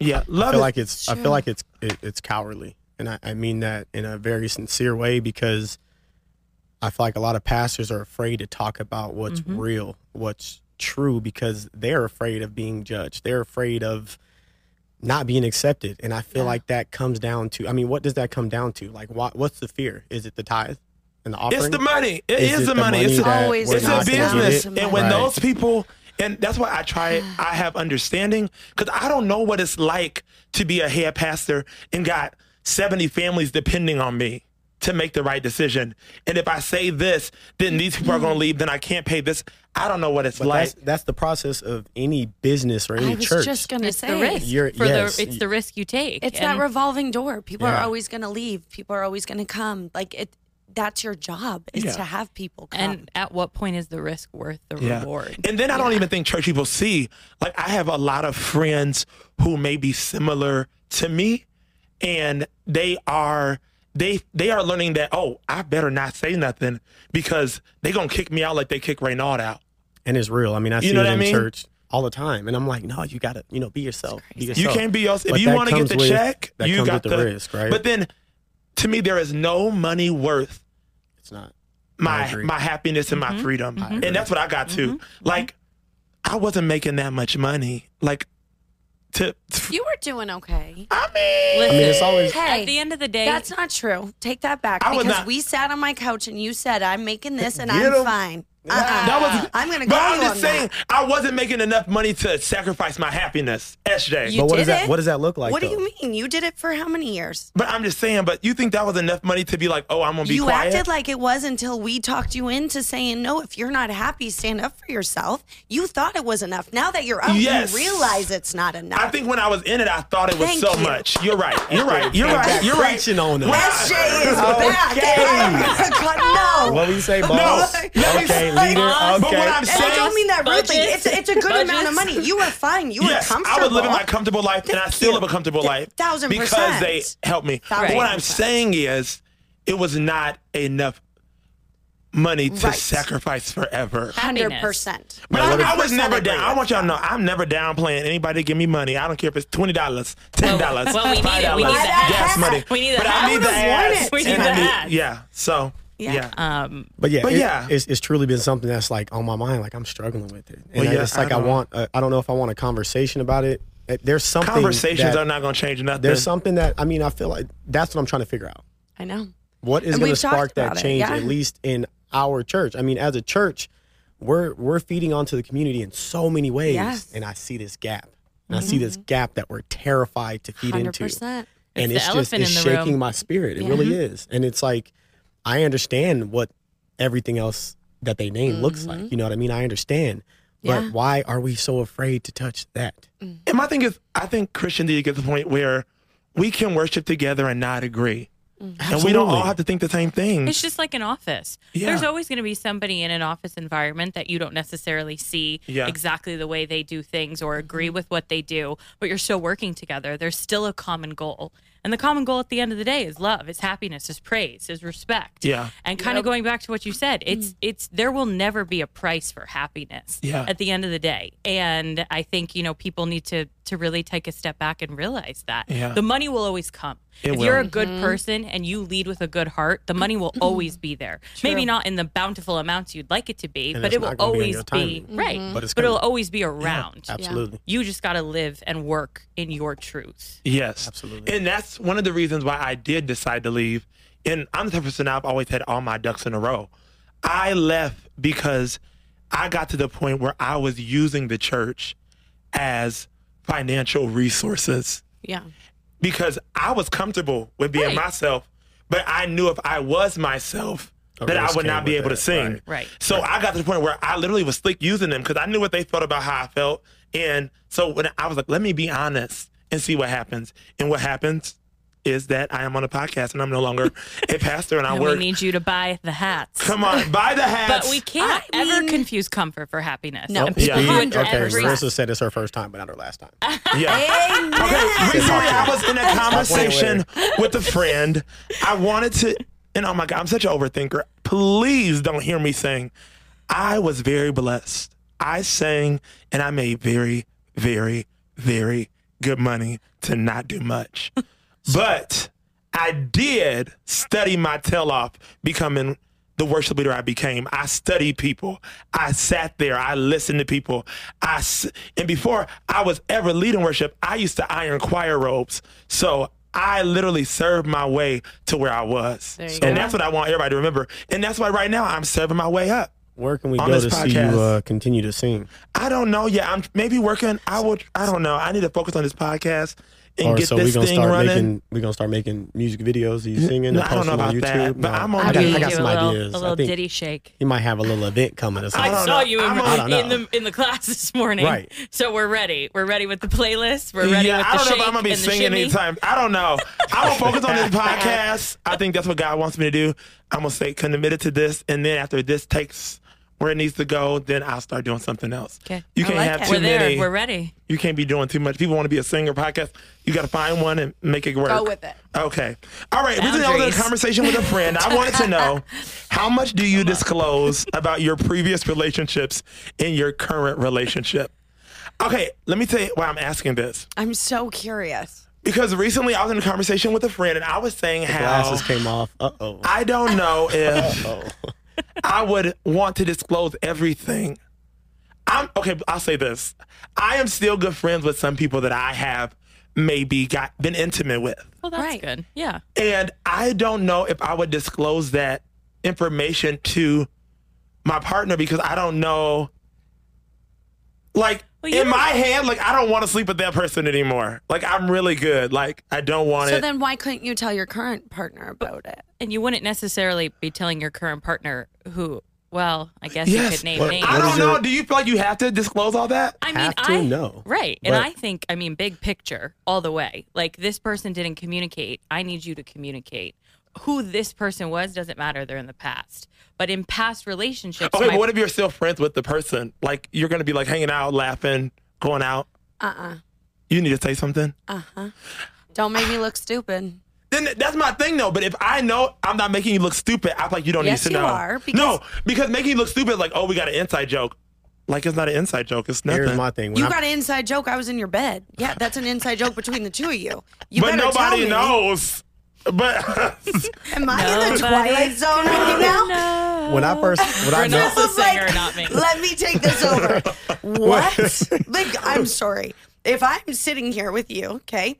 [SPEAKER 1] yeah,
[SPEAKER 3] I
[SPEAKER 1] love
[SPEAKER 3] feel
[SPEAKER 1] is-
[SPEAKER 3] like it's. I
[SPEAKER 2] Sure.
[SPEAKER 3] feel like it's. It, it's cowardly, and I, I mean that in a very sincere way because I feel like a lot of pastors are afraid to talk about what's
[SPEAKER 2] Mm-hmm.
[SPEAKER 4] Mhm.
[SPEAKER 3] real, what's true, because they're afraid of being judged. They're afraid of not being accepted. And I feel
[SPEAKER 2] Yeah.
[SPEAKER 3] like that comes down to, I mean, what does that come down to? Like, why, what's the fear? Is it the tithe and the offering?
[SPEAKER 1] It's the money. It
[SPEAKER 3] Is
[SPEAKER 1] is,
[SPEAKER 3] it
[SPEAKER 1] the
[SPEAKER 3] the
[SPEAKER 1] money.
[SPEAKER 3] money
[SPEAKER 1] It's,
[SPEAKER 3] that
[SPEAKER 1] a,
[SPEAKER 2] Always
[SPEAKER 1] it's
[SPEAKER 2] we're
[SPEAKER 1] a
[SPEAKER 2] not gonna get
[SPEAKER 1] business.
[SPEAKER 2] it?
[SPEAKER 1] And when
[SPEAKER 3] Right.
[SPEAKER 1] those people, and that's why I try, I have understanding because I don't know what it's like to be a head pastor and got 70 families depending on me to make the right decision. And if I say this, then these people are going to leave, then I can't pay this. I don't know what it's
[SPEAKER 3] But
[SPEAKER 1] like.
[SPEAKER 3] that's, that's the process of any business or
[SPEAKER 2] I
[SPEAKER 3] any
[SPEAKER 2] was
[SPEAKER 3] church.
[SPEAKER 2] just going to
[SPEAKER 4] It's
[SPEAKER 2] say
[SPEAKER 4] the risk.
[SPEAKER 3] You're-
[SPEAKER 4] for
[SPEAKER 3] yes.
[SPEAKER 4] the, it's the risk you take.
[SPEAKER 2] It's
[SPEAKER 4] and
[SPEAKER 2] that revolving door. People are
[SPEAKER 3] Yeah.
[SPEAKER 2] always going to leave. People are always going to come. Like it, that's your job is
[SPEAKER 1] Yeah.
[SPEAKER 2] to have people come.
[SPEAKER 4] And at what point is the risk worth the reward?
[SPEAKER 1] And then I don't even think church people see. Like I have a lot of friends who may be similar to me, and they are they they are learning that oh I better not say nothing because they gonna kick me out like they kick Raynaud out.
[SPEAKER 3] and it's real. I mean, I see
[SPEAKER 1] know
[SPEAKER 3] it
[SPEAKER 1] what I
[SPEAKER 3] in
[SPEAKER 1] mean?
[SPEAKER 3] church all the time. And I'm like, no, you got to, you know, be yourself. Be
[SPEAKER 1] You
[SPEAKER 3] yourself.
[SPEAKER 1] can't be us if
[SPEAKER 3] But
[SPEAKER 1] you
[SPEAKER 3] that
[SPEAKER 1] want to get
[SPEAKER 3] comes
[SPEAKER 1] the
[SPEAKER 3] with-
[SPEAKER 1] check.
[SPEAKER 3] that
[SPEAKER 1] you
[SPEAKER 3] comes
[SPEAKER 1] got
[SPEAKER 3] with the risk, right?
[SPEAKER 1] But then, to me, there is no money worth
[SPEAKER 3] It's not.
[SPEAKER 1] my
[SPEAKER 3] agree.
[SPEAKER 1] my happiness and my freedom, and that's what I got to. Like I wasn't making that much money. Like to,
[SPEAKER 2] you were doing okay.
[SPEAKER 1] I mean.
[SPEAKER 4] Listen,
[SPEAKER 3] I mean, it's always,
[SPEAKER 2] Hey,
[SPEAKER 4] at the end of the day,
[SPEAKER 2] that's not true. Take that back
[SPEAKER 1] I was
[SPEAKER 2] because
[SPEAKER 1] not-
[SPEAKER 2] we sat on my couch and you said I'm making this and
[SPEAKER 3] Get
[SPEAKER 2] I'm
[SPEAKER 3] 'em.
[SPEAKER 2] fine. Uh-uh.
[SPEAKER 1] That was-
[SPEAKER 2] I'm going to go
[SPEAKER 1] But I'm
[SPEAKER 2] you
[SPEAKER 1] just
[SPEAKER 2] on
[SPEAKER 1] saying,
[SPEAKER 2] that.
[SPEAKER 1] I wasn't making enough money to sacrifice my happiness, SJ.
[SPEAKER 4] You-
[SPEAKER 3] but what
[SPEAKER 4] did
[SPEAKER 3] does that,
[SPEAKER 4] it.
[SPEAKER 3] what does that look like?
[SPEAKER 2] what do
[SPEAKER 1] uh,
[SPEAKER 3] though?
[SPEAKER 2] you mean? You did it for how many years?
[SPEAKER 1] but I'm just saying, but you think that was enough money to be like, oh, I'm gonna be
[SPEAKER 2] you
[SPEAKER 1] quiet?
[SPEAKER 2] acted like it was until we talked you into saying no. If you're not happy, stand up for yourself. You thought it was enough. Now that you're out,
[SPEAKER 1] Yes.
[SPEAKER 2] you realize it's not enough.
[SPEAKER 1] I think when I was in it, I thought it was
[SPEAKER 2] Thank
[SPEAKER 1] so
[SPEAKER 2] you.
[SPEAKER 1] much. You're right. You're right. You're right. You're right.
[SPEAKER 3] Preaching on us.
[SPEAKER 1] Well,
[SPEAKER 2] SJ is
[SPEAKER 3] Okay.
[SPEAKER 2] back. and *laughs* I'm gonna cut-
[SPEAKER 3] What do you say,
[SPEAKER 1] No.
[SPEAKER 3] boss?
[SPEAKER 1] Let me
[SPEAKER 3] Okay,
[SPEAKER 1] say-
[SPEAKER 3] leader.
[SPEAKER 1] But what
[SPEAKER 3] Okay.
[SPEAKER 1] I'm
[SPEAKER 2] And I
[SPEAKER 1] saying,
[SPEAKER 2] don't mean that rudely. It's
[SPEAKER 4] Budgets.
[SPEAKER 2] a, it's a good amount of
[SPEAKER 4] Budgets.
[SPEAKER 2] money. You were fine. You
[SPEAKER 1] yes, I
[SPEAKER 2] were comfortable.
[SPEAKER 1] was living my comfortable life, and I still
[SPEAKER 2] you.
[SPEAKER 1] live a comfortable life
[SPEAKER 2] Thousand
[SPEAKER 1] because
[SPEAKER 2] percent.
[SPEAKER 1] they helped me. But
[SPEAKER 2] Thousand
[SPEAKER 1] what I'm
[SPEAKER 2] percent.
[SPEAKER 1] saying is, it was not enough money to
[SPEAKER 2] Right.
[SPEAKER 1] sacrifice forever.
[SPEAKER 2] Hundred
[SPEAKER 4] Happiness.
[SPEAKER 2] percent.
[SPEAKER 1] But I, I was
[SPEAKER 2] 100%
[SPEAKER 1] never
[SPEAKER 2] agree
[SPEAKER 1] down. I
[SPEAKER 2] with
[SPEAKER 1] want y'all to know I'm never downplaying anybody to give me money. I don't care if it's twenty dollars, ten dollars,
[SPEAKER 4] well, we need
[SPEAKER 1] five
[SPEAKER 4] it.
[SPEAKER 1] dollars,
[SPEAKER 4] We need the
[SPEAKER 1] gas
[SPEAKER 4] ass.
[SPEAKER 1] money.
[SPEAKER 4] We need the
[SPEAKER 1] but
[SPEAKER 4] ass.
[SPEAKER 1] I
[SPEAKER 4] I
[SPEAKER 1] need the
[SPEAKER 2] would've worn
[SPEAKER 1] ass.
[SPEAKER 2] it. We
[SPEAKER 4] need
[SPEAKER 1] and I
[SPEAKER 4] the ass.
[SPEAKER 1] Yeah. So yeah.
[SPEAKER 2] Yeah.
[SPEAKER 4] Um,
[SPEAKER 3] But yeah,
[SPEAKER 1] But
[SPEAKER 3] it-
[SPEAKER 1] yeah.
[SPEAKER 3] it's, it's truly been something that's like on my mind. Like I'm struggling with it, and
[SPEAKER 1] Well,
[SPEAKER 3] I-
[SPEAKER 1] yeah,
[SPEAKER 3] it's
[SPEAKER 1] I
[SPEAKER 3] like I,
[SPEAKER 1] know.
[SPEAKER 3] want. Uh, I don't know if I want a conversation about it. Uh, There's something.
[SPEAKER 1] Conversations
[SPEAKER 3] that-
[SPEAKER 1] are not gonna change nothing.
[SPEAKER 3] There's something that I mean. I feel like that's what I'm trying to figure out.
[SPEAKER 2] I know.
[SPEAKER 3] What is
[SPEAKER 2] And
[SPEAKER 3] going to
[SPEAKER 2] we've talked
[SPEAKER 3] spark that
[SPEAKER 2] about it,
[SPEAKER 3] change?
[SPEAKER 2] yeah.
[SPEAKER 3] At least in our church. I mean, as a church, we're we're feeding onto the community in so many ways,
[SPEAKER 2] Yes. Mm-hmm.
[SPEAKER 3] and I see this gap. And I see this gap that we're terrified to feed
[SPEAKER 2] Hundred
[SPEAKER 3] into
[SPEAKER 2] percent.
[SPEAKER 3] and
[SPEAKER 4] the
[SPEAKER 3] it's just
[SPEAKER 4] elephant
[SPEAKER 3] it's
[SPEAKER 4] in the room.
[SPEAKER 3] shaking my spirit. It really is, and it's like I understand what everything else that they name looks like. You know what I mean? I understand, but
[SPEAKER 2] Mm-hmm. Yeah. Mm.
[SPEAKER 3] why are we so afraid to touch that?
[SPEAKER 1] And my thing is, I think Christian did get to the point where we can worship together and not agree, and we don't all have to think the same thing.
[SPEAKER 4] It's just like an office.
[SPEAKER 1] Yeah.
[SPEAKER 4] There's always going to be somebody in an office environment that you don't necessarily see
[SPEAKER 1] Yeah. Mm-hmm.
[SPEAKER 4] exactly the way they do things or agree with what they do, but you're still working together. There's still a common goal. And the common goal at the end of the day is love, is happiness, is praise, is respect.
[SPEAKER 1] Yeah.
[SPEAKER 4] And kind of going back to what you said, it's it's there will never be a price for happiness
[SPEAKER 1] Yeah.
[SPEAKER 4] at the end of the day. And I think, you know, people need to to really take a step back and realize that.
[SPEAKER 1] Yeah.
[SPEAKER 4] The money will always come
[SPEAKER 1] It
[SPEAKER 4] if
[SPEAKER 1] will.
[SPEAKER 4] you're a good
[SPEAKER 2] Mm-hmm.
[SPEAKER 4] person and you lead with a good heart, the
[SPEAKER 2] *clears throat*
[SPEAKER 4] money will always be there. Maybe not in the bountiful amounts you'd like it to be,
[SPEAKER 3] And
[SPEAKER 4] but
[SPEAKER 3] it's
[SPEAKER 4] it will
[SPEAKER 3] not gonna be on
[SPEAKER 4] always
[SPEAKER 3] your
[SPEAKER 4] be,
[SPEAKER 3] timing.
[SPEAKER 4] right.
[SPEAKER 2] Mm-hmm.
[SPEAKER 3] But it's
[SPEAKER 4] it'll
[SPEAKER 3] gonna-
[SPEAKER 4] always be around.
[SPEAKER 3] Absolutely.
[SPEAKER 4] You just got to live and work in your truth.
[SPEAKER 1] Yes.
[SPEAKER 3] Absolutely.
[SPEAKER 1] And that's one of the reasons why I did decide to leave. And I'm the type of person I've always had all my ducks in a row. I left because I got to the point where I was using the church as financial resources
[SPEAKER 2] Yeah.
[SPEAKER 1] because I was comfortable with being
[SPEAKER 4] Right.
[SPEAKER 1] myself, but I knew if I was myself,
[SPEAKER 3] A
[SPEAKER 1] that I
[SPEAKER 3] risk
[SPEAKER 1] would
[SPEAKER 3] came
[SPEAKER 1] not be
[SPEAKER 3] with
[SPEAKER 1] able to
[SPEAKER 3] that,
[SPEAKER 1] sing.
[SPEAKER 3] right.
[SPEAKER 4] Right.
[SPEAKER 1] So I got to the point where I literally was slick using them because I knew what they felt about how I felt. And so when I was like, let me be honest and see what happens. And what happens is that I am on a podcast and I'm no longer a pastor and I
[SPEAKER 4] *laughs* And
[SPEAKER 1] work.
[SPEAKER 4] we need you to buy the hats.
[SPEAKER 1] *laughs* Come on, buy the hats.
[SPEAKER 4] but we can't
[SPEAKER 2] I
[SPEAKER 4] ever
[SPEAKER 2] mean-
[SPEAKER 4] confuse comfort for happiness.
[SPEAKER 2] No.
[SPEAKER 4] And
[SPEAKER 2] Yeah.
[SPEAKER 4] people do it
[SPEAKER 2] Hundred
[SPEAKER 3] Okay,
[SPEAKER 4] every-
[SPEAKER 3] Marissa said it's her first time, but not her last time.
[SPEAKER 1] Yeah. Okay, recently I was in a conversation with a friend. I wanted to, and oh my God, I'm such an overthinker. Please don't hear me saying, I was very blessed. I sang and I made very, very, very good money to not do
[SPEAKER 2] *laughs*
[SPEAKER 1] much. But I did study my tail off becoming the worship leader I became. I studied people. I sat there. I listened to people. I s- and before I was ever leading worship, I used to iron choir robes. So I literally served my way to where I was.
[SPEAKER 2] There you
[SPEAKER 1] And
[SPEAKER 2] go.
[SPEAKER 1] that's what I want everybody to remember. And that's why right now I'm serving my way up.
[SPEAKER 3] Where can we
[SPEAKER 1] On
[SPEAKER 3] go
[SPEAKER 1] this
[SPEAKER 3] to see you
[SPEAKER 1] podcast.
[SPEAKER 3] uh, continue to sing?
[SPEAKER 1] I don't know yet. I'm maybe working. I would. I don't know. I need to focus on this podcast and
[SPEAKER 3] Or
[SPEAKER 1] get
[SPEAKER 3] so we're
[SPEAKER 1] this
[SPEAKER 3] gonna
[SPEAKER 1] thing
[SPEAKER 3] start
[SPEAKER 1] running.
[SPEAKER 3] making we're gonna start making music videos. Are you singing?
[SPEAKER 1] No,
[SPEAKER 3] and
[SPEAKER 1] I don't know
[SPEAKER 3] posting on
[SPEAKER 1] about
[SPEAKER 3] YouTube?
[SPEAKER 1] that, but I'm on
[SPEAKER 3] I got,
[SPEAKER 1] the-
[SPEAKER 3] I
[SPEAKER 4] You
[SPEAKER 3] got
[SPEAKER 4] do
[SPEAKER 3] some
[SPEAKER 4] a little,
[SPEAKER 3] ideas.
[SPEAKER 4] A
[SPEAKER 3] I
[SPEAKER 4] little
[SPEAKER 3] think
[SPEAKER 4] ditty shake.
[SPEAKER 3] You might have a little event coming or
[SPEAKER 1] I
[SPEAKER 3] something.
[SPEAKER 1] don't
[SPEAKER 4] saw
[SPEAKER 1] know.
[SPEAKER 4] you in,
[SPEAKER 1] I'm on- I
[SPEAKER 3] don't
[SPEAKER 4] in
[SPEAKER 3] know.
[SPEAKER 4] the in the class this morning.
[SPEAKER 3] Right.
[SPEAKER 4] So we're ready. We're ready with the playlist. We're ready
[SPEAKER 1] yeah,
[SPEAKER 4] with the
[SPEAKER 1] I don't know if
[SPEAKER 4] shake
[SPEAKER 1] I'm gonna be
[SPEAKER 4] and the
[SPEAKER 1] singing
[SPEAKER 4] shimmy.
[SPEAKER 1] anytime. I don't know. I'm gonna focus on
[SPEAKER 4] *laughs*
[SPEAKER 1] this podcast. I think that's what God wants me to do. I'm gonna stay committed to this, and then after this takes where it needs to go, then I'll start doing something else.
[SPEAKER 4] 'Kay.
[SPEAKER 1] You
[SPEAKER 2] I
[SPEAKER 1] can't
[SPEAKER 2] like
[SPEAKER 1] have
[SPEAKER 2] it.
[SPEAKER 1] too
[SPEAKER 4] We're there.
[SPEAKER 1] many.
[SPEAKER 4] We're ready.
[SPEAKER 1] you can't be doing too much. People want to be a singer podcast. You got to find one and make it work.
[SPEAKER 2] Go with it.
[SPEAKER 1] Okay. All right. Recently, I was in a
[SPEAKER 4] Boundaries.
[SPEAKER 1] conversation with a friend. I wanted to know how much do you disclose about your previous relationships in your current relationship? Okay. Let me tell you why I'm asking this.
[SPEAKER 2] I'm so curious.
[SPEAKER 1] Because recently, I was in a conversation with a friend, and I was saying how
[SPEAKER 3] Glasses came off. Uh oh.
[SPEAKER 1] I don't know
[SPEAKER 3] *laughs*
[SPEAKER 1] if I would want to disclose everything. I'm okay. I'll say this: I am still good friends with some people that I have maybe got been intimate with,
[SPEAKER 4] Well, Oh, that's
[SPEAKER 2] Right.
[SPEAKER 4] good. Yeah.
[SPEAKER 1] and I don't know if I would disclose that information to my partner because I don't know. Like
[SPEAKER 4] Well, you
[SPEAKER 1] in
[SPEAKER 4] don't-
[SPEAKER 1] my head, like I don't want to sleep with that person anymore. Like I'm really good. Like I don't want
[SPEAKER 2] So
[SPEAKER 1] it.
[SPEAKER 2] then why couldn't you tell your current partner about it?
[SPEAKER 4] And you wouldn't necessarily be telling your current partner who. Well, I guess you could name
[SPEAKER 3] What-
[SPEAKER 4] names.
[SPEAKER 1] I
[SPEAKER 3] What
[SPEAKER 1] don't
[SPEAKER 3] is your-
[SPEAKER 1] know. Do you feel like you have to disclose all that?
[SPEAKER 4] I mean,
[SPEAKER 3] have to?
[SPEAKER 4] I
[SPEAKER 3] No.
[SPEAKER 4] right, and
[SPEAKER 3] But-
[SPEAKER 4] I think I mean big picture all the way. Like this person didn't communicate. I need you to communicate. Who this person was doesn't matter. They're in the past, but in
[SPEAKER 5] *laughs*
[SPEAKER 4] past relationships,
[SPEAKER 5] Oh
[SPEAKER 1] Okay,
[SPEAKER 4] my-
[SPEAKER 1] but what if you're still friends with the person? Like you're gonna be like hanging out, laughing, going out.
[SPEAKER 2] Uh uh-uh.
[SPEAKER 1] You need to say something.
[SPEAKER 2] uh. Uh huh. Don't make me look stupid.
[SPEAKER 1] Then th- that's my thing though. But if I know I'm not making you look stupid, I act like you don't
[SPEAKER 5] Yes,
[SPEAKER 1] need to
[SPEAKER 5] you
[SPEAKER 1] know.
[SPEAKER 5] are, because-
[SPEAKER 1] no, because making you look stupid, like oh, we got an inside joke. Like it's not an inside joke. It's nothing.
[SPEAKER 3] Here's my thing. When
[SPEAKER 5] You
[SPEAKER 3] I-
[SPEAKER 5] got an inside joke. I was in your bed. Yeah, that's an inside joke between the two of you. You
[SPEAKER 1] but
[SPEAKER 5] better
[SPEAKER 1] nobody
[SPEAKER 5] tell me.
[SPEAKER 1] knows. But
[SPEAKER 2] *laughs*
[SPEAKER 1] *laughs*
[SPEAKER 2] Am I in the
[SPEAKER 4] Nobody's
[SPEAKER 2] Twilight Zone right now?
[SPEAKER 3] when I first when I
[SPEAKER 4] Renault.
[SPEAKER 3] know,
[SPEAKER 2] This is
[SPEAKER 4] The singer, not me.
[SPEAKER 2] Let me take
[SPEAKER 1] *laughs*
[SPEAKER 2] this over. what? like, I'm sorry. If I'm sitting here with you, okay,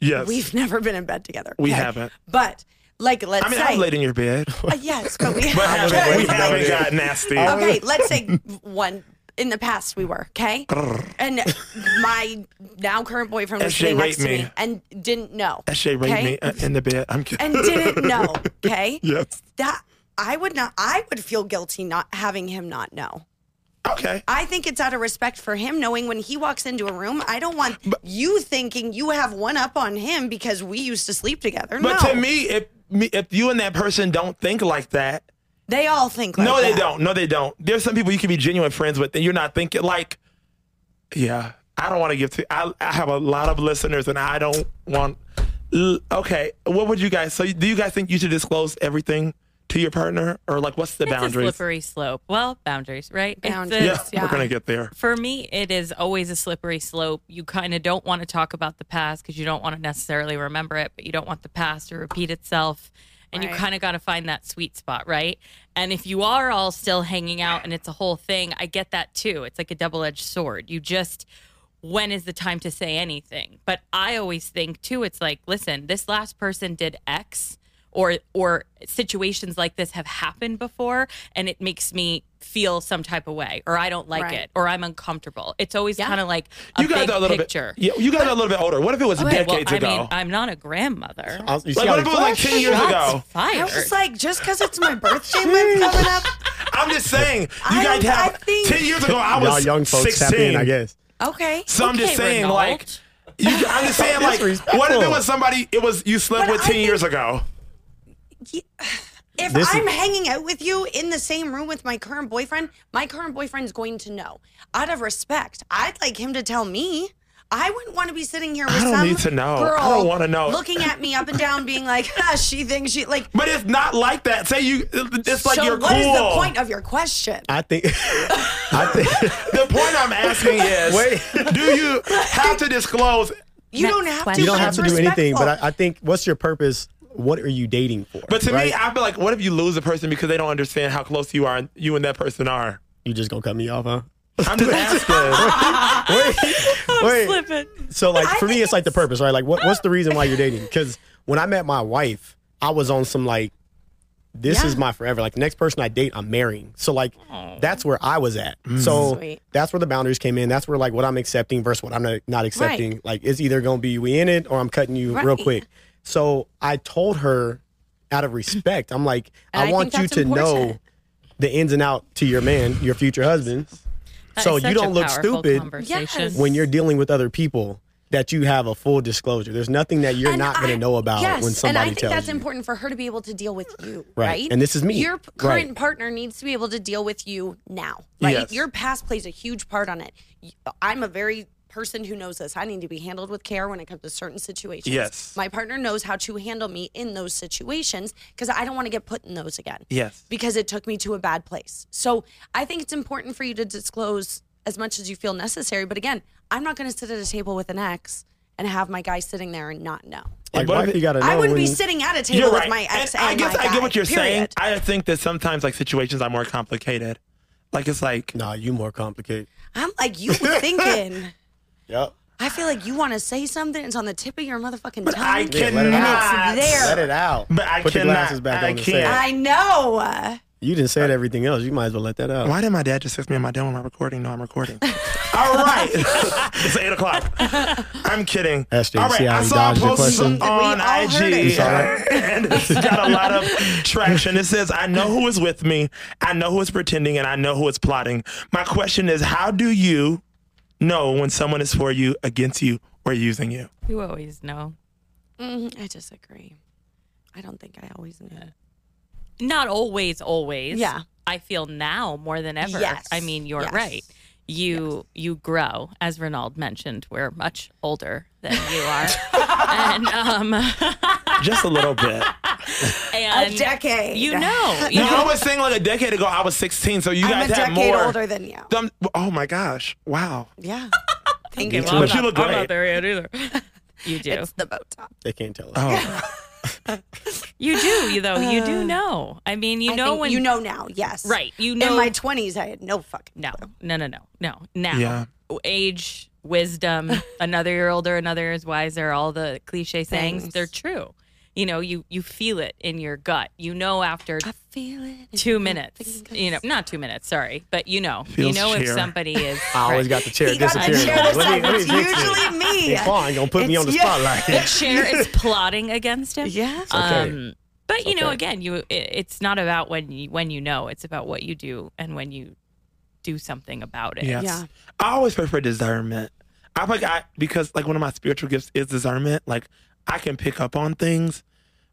[SPEAKER 1] yes,
[SPEAKER 2] we've never been in bed together.
[SPEAKER 1] We
[SPEAKER 2] okay?
[SPEAKER 1] haven't.
[SPEAKER 2] But like, let's
[SPEAKER 1] I mean,
[SPEAKER 2] say,
[SPEAKER 1] I was laid in
[SPEAKER 5] *laughs*
[SPEAKER 1] your bed,
[SPEAKER 2] Uh, yes, but we
[SPEAKER 1] but
[SPEAKER 2] *laughs* have.
[SPEAKER 1] haven't, *laughs* we
[SPEAKER 3] Okay.
[SPEAKER 1] haven't got nasty. *laughs*
[SPEAKER 2] okay, let's say one. In the past, we were okay, and my now current boyfriend was
[SPEAKER 1] SJ
[SPEAKER 2] sitting next
[SPEAKER 1] raped
[SPEAKER 2] to me.
[SPEAKER 1] me.
[SPEAKER 2] and didn't know.
[SPEAKER 1] SJ raped
[SPEAKER 2] okay?
[SPEAKER 1] me uh, in the bed. I'm kidding.
[SPEAKER 2] and didn't know. Okay,
[SPEAKER 1] yes.
[SPEAKER 2] that I would not. I would feel guilty not having him not know.
[SPEAKER 1] *laughs* Okay.
[SPEAKER 2] I think it's out of respect for him knowing when he walks into a room. I don't want you thinking you have one up on him because we used to sleep together.
[SPEAKER 1] But
[SPEAKER 2] no,
[SPEAKER 1] to me, if me, if you and that person don't think like that,
[SPEAKER 2] they all think like
[SPEAKER 1] no, they
[SPEAKER 2] that.
[SPEAKER 1] don't. No, they don't. There's some people you can be genuine friends with, and you're not thinking like, yeah, I don't want to give to. I, I have a lot of listeners, and I don't want. L- Okay, what would you guys? So, do you guys think you should disclose everything to your partner, or like, what's the
[SPEAKER 4] It's a
[SPEAKER 1] boundaries?
[SPEAKER 4] slippery slope. Well, boundaries, right? It's a-
[SPEAKER 1] Yeah,
[SPEAKER 2] Boundaries,
[SPEAKER 1] we're gonna get there.
[SPEAKER 4] For me, it is always a slippery slope. You kind of don't want to talk about the past because you don't want to necessarily remember it, but you don't want the past to repeat itself. And you
[SPEAKER 2] Right.
[SPEAKER 4] kind of got to find that sweet spot, right? And if you are all still hanging out and it's a whole thing, I get that too. It's like a double edged sword. You just, when is the time to say anything? But I always think too, it's like, listen, this last person did X or or situations like this have happened before and it makes me feel some type of way or I don't like
[SPEAKER 2] Right.
[SPEAKER 4] it or I'm uncomfortable. It's always kind of like a
[SPEAKER 1] You guys
[SPEAKER 4] big
[SPEAKER 1] are a little
[SPEAKER 4] picture.
[SPEAKER 1] bit. Yeah, you guys are a little bit older. What if it was
[SPEAKER 4] Okay, well,
[SPEAKER 1] decades
[SPEAKER 4] I
[SPEAKER 1] ago?
[SPEAKER 4] mean, I'm not a grandmother.
[SPEAKER 3] I was- you see
[SPEAKER 1] like,
[SPEAKER 3] how
[SPEAKER 1] what if
[SPEAKER 3] they-
[SPEAKER 1] it was like ten years ago?
[SPEAKER 2] I
[SPEAKER 4] Fired.
[SPEAKER 2] was just like, just because
[SPEAKER 1] *laughs*
[SPEAKER 2] it's my birthday month coming up.
[SPEAKER 1] I'm just saying, you
[SPEAKER 2] I
[SPEAKER 1] guys
[SPEAKER 2] don't-
[SPEAKER 1] have
[SPEAKER 2] I think-
[SPEAKER 1] ten years ago. I
[SPEAKER 3] y'all
[SPEAKER 1] was
[SPEAKER 3] young folks tap
[SPEAKER 1] 16,
[SPEAKER 3] in, I guess.
[SPEAKER 2] Okay,
[SPEAKER 1] So I'm just
[SPEAKER 4] Okay,
[SPEAKER 1] saying,
[SPEAKER 4] Renault.
[SPEAKER 1] like, you, I'm just
[SPEAKER 3] *laughs*
[SPEAKER 1] saying, like,
[SPEAKER 3] Disrespectful.
[SPEAKER 1] what if it was somebody? It was you slept
[SPEAKER 2] But
[SPEAKER 1] with
[SPEAKER 2] I
[SPEAKER 1] ten
[SPEAKER 2] think-
[SPEAKER 1] years ago.
[SPEAKER 2] if
[SPEAKER 3] This is-
[SPEAKER 2] I'm hanging out with you in the same room with my current boyfriend, my current boyfriend's going to know. Out of respect, I'd like him to tell me. I wouldn't want to be sitting here with
[SPEAKER 1] don't
[SPEAKER 2] some
[SPEAKER 1] need to know. I
[SPEAKER 2] girl
[SPEAKER 1] don't wanna know.
[SPEAKER 2] looking at me up and down, being like, *laughs* ah, "She thinks she like."
[SPEAKER 1] But it's not like that. Say you, it's like
[SPEAKER 2] so
[SPEAKER 1] you're
[SPEAKER 2] what
[SPEAKER 1] cool.
[SPEAKER 2] is the point of your question?
[SPEAKER 3] I think *laughs* I
[SPEAKER 4] *laughs*
[SPEAKER 3] think
[SPEAKER 1] The point I'm
[SPEAKER 3] *laughs*
[SPEAKER 1] asking is,
[SPEAKER 3] Wait.
[SPEAKER 1] do you have to disclose?
[SPEAKER 2] You
[SPEAKER 4] Next
[SPEAKER 2] don't have to.
[SPEAKER 4] question.
[SPEAKER 3] you don't
[SPEAKER 2] but
[SPEAKER 3] have
[SPEAKER 2] it's
[SPEAKER 3] to do anything, but
[SPEAKER 2] respectful.
[SPEAKER 3] I, I think what's your purpose? What are you dating for?
[SPEAKER 1] But to
[SPEAKER 3] right?
[SPEAKER 1] me, I feel like, what if you lose a person because they don't understand how close you are, and you and that person are?
[SPEAKER 3] you just gonna cut me off,
[SPEAKER 4] *laughs*
[SPEAKER 3] huh? *laughs*
[SPEAKER 1] I'm just asking.
[SPEAKER 3] Wait, wait.
[SPEAKER 4] Slipping.
[SPEAKER 3] So like for me,
[SPEAKER 2] think
[SPEAKER 3] it's like the purpose, right? Like what, what's the reason why you're dating? Because when I met my wife, I was on some like, this is my forever. Like the next person I date, I'm marrying. So like that's where I was at. So
[SPEAKER 2] Sweet.
[SPEAKER 3] that's where the boundaries came in. That's where like what I'm accepting versus what I'm not, not accepting. Like it's either gonna be we in it or I'm cutting you real
[SPEAKER 2] Right.
[SPEAKER 3] quick. So I told her out of respect, I'm like,
[SPEAKER 5] And I
[SPEAKER 3] I
[SPEAKER 5] think
[SPEAKER 3] want you
[SPEAKER 5] that's
[SPEAKER 3] to know
[SPEAKER 5] important.
[SPEAKER 3] the ins and out to your man, your future husband. So you don't look stupid
[SPEAKER 2] Yes.
[SPEAKER 3] when you're dealing with other people that you have a full disclosure. There's nothing that you're
[SPEAKER 2] And
[SPEAKER 3] not going
[SPEAKER 2] I-
[SPEAKER 3] to know about
[SPEAKER 2] yes,
[SPEAKER 3] when somebody
[SPEAKER 2] and I think
[SPEAKER 3] tells
[SPEAKER 2] that's
[SPEAKER 3] you.
[SPEAKER 2] important for her to be able to deal with you,
[SPEAKER 3] Right.
[SPEAKER 2] right?
[SPEAKER 3] And this is me.
[SPEAKER 2] Your p-
[SPEAKER 3] Right.
[SPEAKER 2] current partner needs to be able to deal with you now, right?
[SPEAKER 1] Yes.
[SPEAKER 2] Your past plays a huge part on it. Y- I'm a very person who knows this. I need to be handled with care when it comes to certain situations.
[SPEAKER 1] Yes.
[SPEAKER 2] My partner knows how to handle me in those situations because I don't want to get put in those again.
[SPEAKER 1] Yes.
[SPEAKER 2] Because it took me to a bad place. So I think it's important for you to disclose as much as you feel necessary. But again, I'm not going to sit at a table with an ex and have my guy sitting there and not know.
[SPEAKER 3] Like,
[SPEAKER 1] But
[SPEAKER 3] why
[SPEAKER 1] if-
[SPEAKER 3] you got to know
[SPEAKER 2] I wouldn't be
[SPEAKER 3] when-
[SPEAKER 2] sitting at a table
[SPEAKER 1] You're right.
[SPEAKER 2] with my ex.
[SPEAKER 1] and I guess
[SPEAKER 2] my
[SPEAKER 1] I get
[SPEAKER 2] guy,
[SPEAKER 1] what you're saying.
[SPEAKER 2] period.
[SPEAKER 1] I think that sometimes like situations are more complicated. Like it's like
[SPEAKER 3] Nah, you more complicated.
[SPEAKER 2] I'm like you
[SPEAKER 1] *laughs*
[SPEAKER 2] were thinking.
[SPEAKER 3] Yep.
[SPEAKER 2] I feel like you want to say something. It's on the tip of your motherfucking tongue.
[SPEAKER 1] I
[SPEAKER 3] Yeah, let
[SPEAKER 1] cannot.
[SPEAKER 3] it
[SPEAKER 2] out. It's there.
[SPEAKER 3] Let it out.
[SPEAKER 1] But I
[SPEAKER 3] Put
[SPEAKER 1] cannot.
[SPEAKER 3] the glasses back
[SPEAKER 1] I
[SPEAKER 3] on and say it.
[SPEAKER 1] can't.
[SPEAKER 2] I know.
[SPEAKER 3] You didn't say everything else. You might as well let that out.
[SPEAKER 1] Why did my dad just text me? Am I done with my recording? No, I'm
[SPEAKER 2] *laughs*
[SPEAKER 1] recording. All right. it's 8 o'clock. I'm kidding.
[SPEAKER 3] That's the-
[SPEAKER 1] All
[SPEAKER 3] see
[SPEAKER 1] right.
[SPEAKER 3] how
[SPEAKER 1] I
[SPEAKER 3] he
[SPEAKER 1] saw a
[SPEAKER 3] dodged your
[SPEAKER 1] post
[SPEAKER 3] question?
[SPEAKER 1] on
[SPEAKER 3] We
[SPEAKER 2] all heard it.
[SPEAKER 1] IG
[SPEAKER 2] It's all
[SPEAKER 1] and it's got a lot of traction. It says, I know who is with me, I know who is pretending, and I know who is plotting. My question is, how do you know when someone is for you, against you, or using you?
[SPEAKER 4] You always know.
[SPEAKER 2] Mm, I disagree. I don't think I always knew.
[SPEAKER 4] not always always
[SPEAKER 2] Yeah.
[SPEAKER 4] i feel now more than ever
[SPEAKER 2] Yes.
[SPEAKER 4] i mean you're
[SPEAKER 2] Yes.
[SPEAKER 4] right you you grow as *laughs* Renald mentioned we're much older than you are and um
[SPEAKER 1] just a little bit.
[SPEAKER 4] And
[SPEAKER 2] decade.
[SPEAKER 4] You know. You
[SPEAKER 1] No, I
[SPEAKER 4] know
[SPEAKER 1] was saying like a decade ago, I was 16, so you
[SPEAKER 2] I'm a
[SPEAKER 1] guys had
[SPEAKER 2] decade
[SPEAKER 1] more.
[SPEAKER 2] older than you.
[SPEAKER 1] Dumb- oh my gosh! Wow. *laughs*
[SPEAKER 2] Yeah. Thank
[SPEAKER 1] Me
[SPEAKER 2] you.
[SPEAKER 1] too.
[SPEAKER 4] I'm
[SPEAKER 1] But you
[SPEAKER 4] not-
[SPEAKER 1] look
[SPEAKER 4] I'm
[SPEAKER 1] great.
[SPEAKER 4] not there yet either. *laughs* You do.
[SPEAKER 2] It's the Botox.
[SPEAKER 3] They can't tell us.
[SPEAKER 1] Oh,
[SPEAKER 4] You do, you though. You do know. I mean, you
[SPEAKER 2] Uh, I
[SPEAKER 4] know
[SPEAKER 2] think
[SPEAKER 4] when
[SPEAKER 2] you know now. Yes.
[SPEAKER 4] Right. You
[SPEAKER 2] In
[SPEAKER 4] know
[SPEAKER 2] my twenties, I had no fucking.
[SPEAKER 4] No, no, no, no, no. Now,
[SPEAKER 1] Yeah.
[SPEAKER 4] age,
[SPEAKER 2] *laughs*
[SPEAKER 4] wisdom, another year older, another is wiser. All the cliche sayings,
[SPEAKER 2] Thanks.
[SPEAKER 4] they're true. You know, you you feel it in your gut. You know after
[SPEAKER 2] I feel it.
[SPEAKER 4] two minutes. You know, not two minutes. Sorry, but you know, you
[SPEAKER 1] Feels
[SPEAKER 4] know if
[SPEAKER 1] cheer.
[SPEAKER 4] somebody is.
[SPEAKER 3] I always
[SPEAKER 4] right.
[SPEAKER 3] got the chair
[SPEAKER 2] He got the
[SPEAKER 3] disappearing.
[SPEAKER 2] chair this
[SPEAKER 3] What
[SPEAKER 2] time.
[SPEAKER 3] do you-
[SPEAKER 2] It's
[SPEAKER 3] what do you think?
[SPEAKER 2] usually me.
[SPEAKER 3] Hey, Quan, gonna put me
[SPEAKER 2] It's-
[SPEAKER 3] on the
[SPEAKER 2] yeah.
[SPEAKER 4] the
[SPEAKER 3] spotlight.
[SPEAKER 4] chair is plotting against him.
[SPEAKER 2] Yeah. *laughs*
[SPEAKER 3] okay.
[SPEAKER 4] Um, but you know,
[SPEAKER 3] okay.
[SPEAKER 4] again, you it, it's not about when you when you know. It's about what you do and when you do something about it.
[SPEAKER 1] yes.
[SPEAKER 2] Yeah.
[SPEAKER 1] I always pray for discernment. I like I because like one of my spiritual gifts is discernment. Like I can pick up on things,